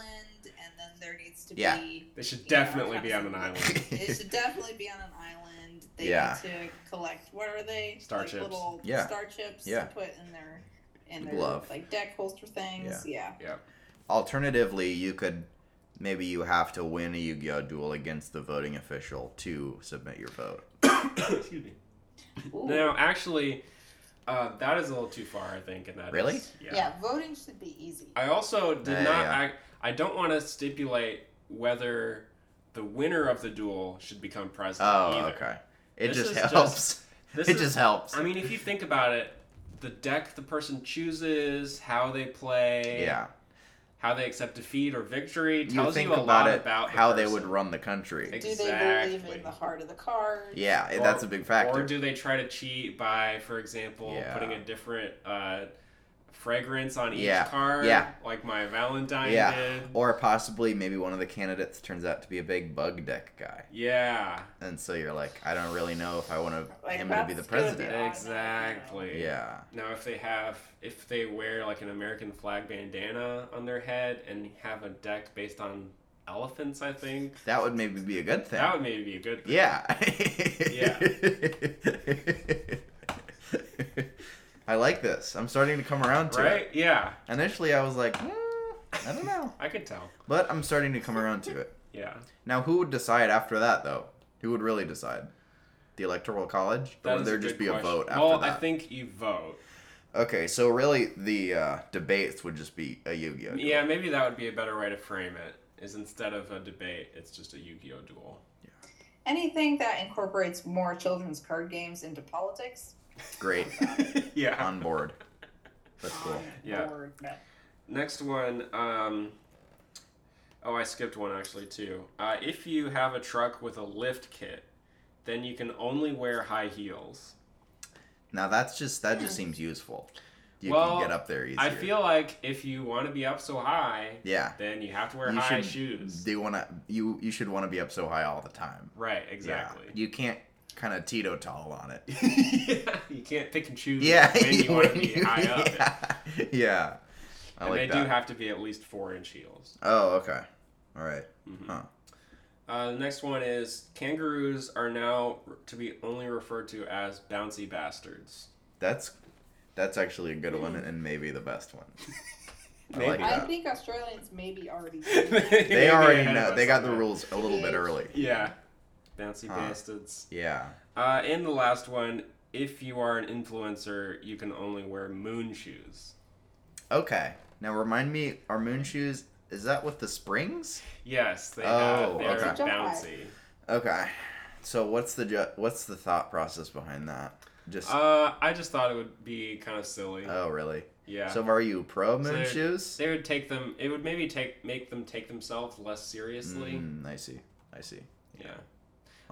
S3: and then there needs to
S1: Yeah.
S3: be.
S2: They should
S3: you know,
S2: definitely be on an island.
S3: It should definitely be on an island. They
S1: Yeah.
S3: need to collect. What are they?
S2: Star
S3: like
S2: chips.
S3: Little
S1: Yeah.
S3: Star chips.
S1: Yeah.
S3: To put in their in their
S1: Glove.
S3: like deck holster things. Yeah.
S1: Alternatively, you could maybe you have to win a Yu-Gi-Oh duel against the voting official to submit your vote.
S2: Excuse me.
S3: Ooh.
S2: No, actually, uh, that is a little too far, I think. And that
S1: Really?
S2: is-
S3: Yeah. Voting should be easy.
S2: I also did
S1: Yeah,
S2: not.
S1: yeah,
S2: I I don't want to stipulate whether the winner of the duel should become president.
S1: Oh,
S2: either.
S1: okay. It
S2: This
S1: just
S2: is
S1: helps.
S2: This
S1: it
S2: is-
S1: just helps.
S2: I mean, if you think about it, the deck the person chooses, how they play,
S1: yeah.
S2: how they accept defeat or victory,
S1: You
S2: tells you,
S1: think
S2: a lot
S1: about it,
S2: about the
S1: how they would
S2: person.
S1: run the country.
S2: Ex-
S3: Do they believe
S2: Exactly.
S3: in the heart of the card?
S1: Yeah,
S2: Or-
S1: that's a big
S2: Or
S1: factor.
S2: do they try to cheat by, for example,
S1: Yeah.
S2: putting a different uh, fragrance on each
S1: Yeah.
S2: card?
S1: Yeah.
S2: Like my Valentine
S1: Yeah.
S2: did.
S1: Or possibly maybe one of the candidates turns out to be a big bug deck guy.
S2: Yeah.
S1: And so you're like, I don't really know if I want to,
S3: Like,
S1: him to be the
S3: that's gonna be
S1: president.
S3: Yeah, I know,
S2: Exactly.
S1: Yeah.
S2: Now, if they have, if they wear like an American flag bandana on their head and have a deck based on elephants, I think
S1: That would maybe be a good thing.
S2: that would maybe be a good. Thing.
S1: Yeah. I like this. I'm starting to come around to
S2: Right? Yeah.
S1: it. Initially, I was like, "Hmm, I don't know.
S2: I could tell.
S1: But I'm starting to come around to it.
S2: Yeah.
S1: Now, who would decide after that, though? Who would really decide? The Electoral College?
S2: That
S1: or would
S2: is
S1: there
S2: a
S1: just
S2: good
S1: be
S2: question.
S1: a vote after
S2: well,
S1: that?
S2: I think you vote.
S1: okay, so really, the uh, debates would just be a Yu Gi Oh!
S2: Yeah, maybe that would be a better way to frame it. Is instead of a debate, it's just a Yu-Gi-Oh duel.
S3: Anything that incorporates more children's card games into politics.
S1: Great.
S2: yeah.
S1: On board. That's cool.
S3: on
S2: Yeah.
S3: board, no.
S2: Next one. Um, oh, I skipped one actually too. Uh, if you have a truck with a lift kit, then you can only wear high heels.
S1: Now, that's just, that just seems useful. You
S2: Well,
S1: can get up there easier.
S2: I feel like if you want to be up so high,
S1: Yeah.
S2: then you have to wear
S1: You
S2: high
S1: should
S2: shoes.
S1: They want to you you should want to be up so high all the time.
S2: right.
S1: Yeah.
S2: Exactly.
S1: You can't kind of teeter-totter on it.
S2: you can't pick and choose
S1: Yeah.
S2: when you want to
S1: when
S2: be
S1: you-
S2: high up.
S1: Yeah. yeah. I
S2: and
S1: like
S2: they
S1: that.
S2: do have to be at least four inch heels.
S1: oh, okay. All right. Huh.
S2: Mm-hmm. Uh, the next one is kangaroos are now to be only referred to as bouncy bastards.
S1: That's that's actually a good one and maybe the best one. I like
S2: Maybe.
S3: I
S1: that.
S3: think Australians maybe already.
S1: They already
S2: ahead of
S1: know.
S2: us
S1: They got
S2: on
S1: the
S2: that.
S1: rules a little bit early.
S2: Yeah. Bouncy
S1: Huh.
S2: bastards.
S1: Yeah.
S2: Uh, and the last one, if you are an influencer, you can only wear moon shoes.
S1: Okay. Now remind me, are moon shoes? Is that with the springs?
S2: Yes, they
S1: Oh,
S2: have. They're
S3: okay.
S2: bouncy.
S1: Okay. So what's the ju- what's the thought process behind that? Just
S2: Uh, I just thought it would be kind of silly.
S1: oh really?
S2: yeah.
S1: So are you pro moon
S2: they're-
S1: shoes?
S2: they would take them. It would maybe take make them take themselves less seriously.
S1: Mm, I see. I see.
S2: Yeah.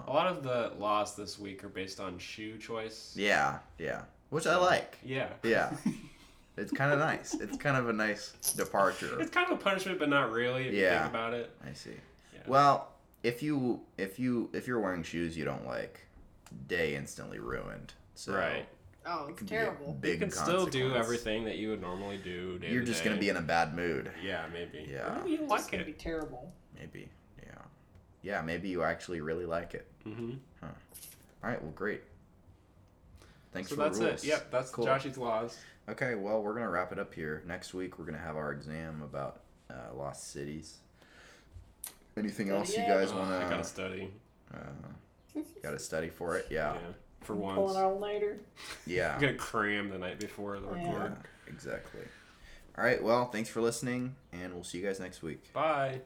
S2: A lot of the laws this week are based on shoe choice.
S1: Yeah, yeah. which I like.
S2: Yeah.
S1: Yeah, it's kind of nice. It's kind of a nice departure.
S2: It's kind of a punishment, but not really if you
S1: Yeah.
S2: think about it.
S1: I see.
S2: Yeah.
S1: Well, if you if you if you're wearing shoes you don't like, day instantly ruined. So
S2: Right.
S3: Oh,
S1: it
S3: it's
S1: could be a
S3: terrible.
S1: Big
S2: you can still do
S1: consequence.
S2: everything that you would normally do. Day
S1: You're
S2: to
S1: just
S2: day.
S1: gonna be in a bad mood.
S2: Yeah, maybe.
S1: Yeah.
S2: Or maybe you
S3: It's
S2: like
S3: gonna be
S2: it.
S3: terrible.
S1: Maybe. Yeah. Yeah. Maybe you actually really like it.
S2: Mm-hmm.
S1: All right. Well, great. Thanks
S2: so
S1: for
S2: that's
S1: the rules.
S2: it. Yep, that's
S1: Cool.
S2: Joshy's laws.
S1: Okay, well, we're gonna wrap it up here. Next week, we're gonna have our exam about uh, lost cities. Anything else you
S3: Yeah.
S1: guys
S2: Ugh, Oh, I gotta
S1: wanna
S2: study.
S1: uh, gotta study for it? Yeah,
S2: Yeah. For
S3: Pull an
S2: once.
S3: all nighter.
S1: yeah,
S2: I'm gonna cram the night before the
S3: Yeah.
S2: record.
S1: yeah, exactly. All right, well, thanks for listening, and we'll see you guys next week.
S2: Bye.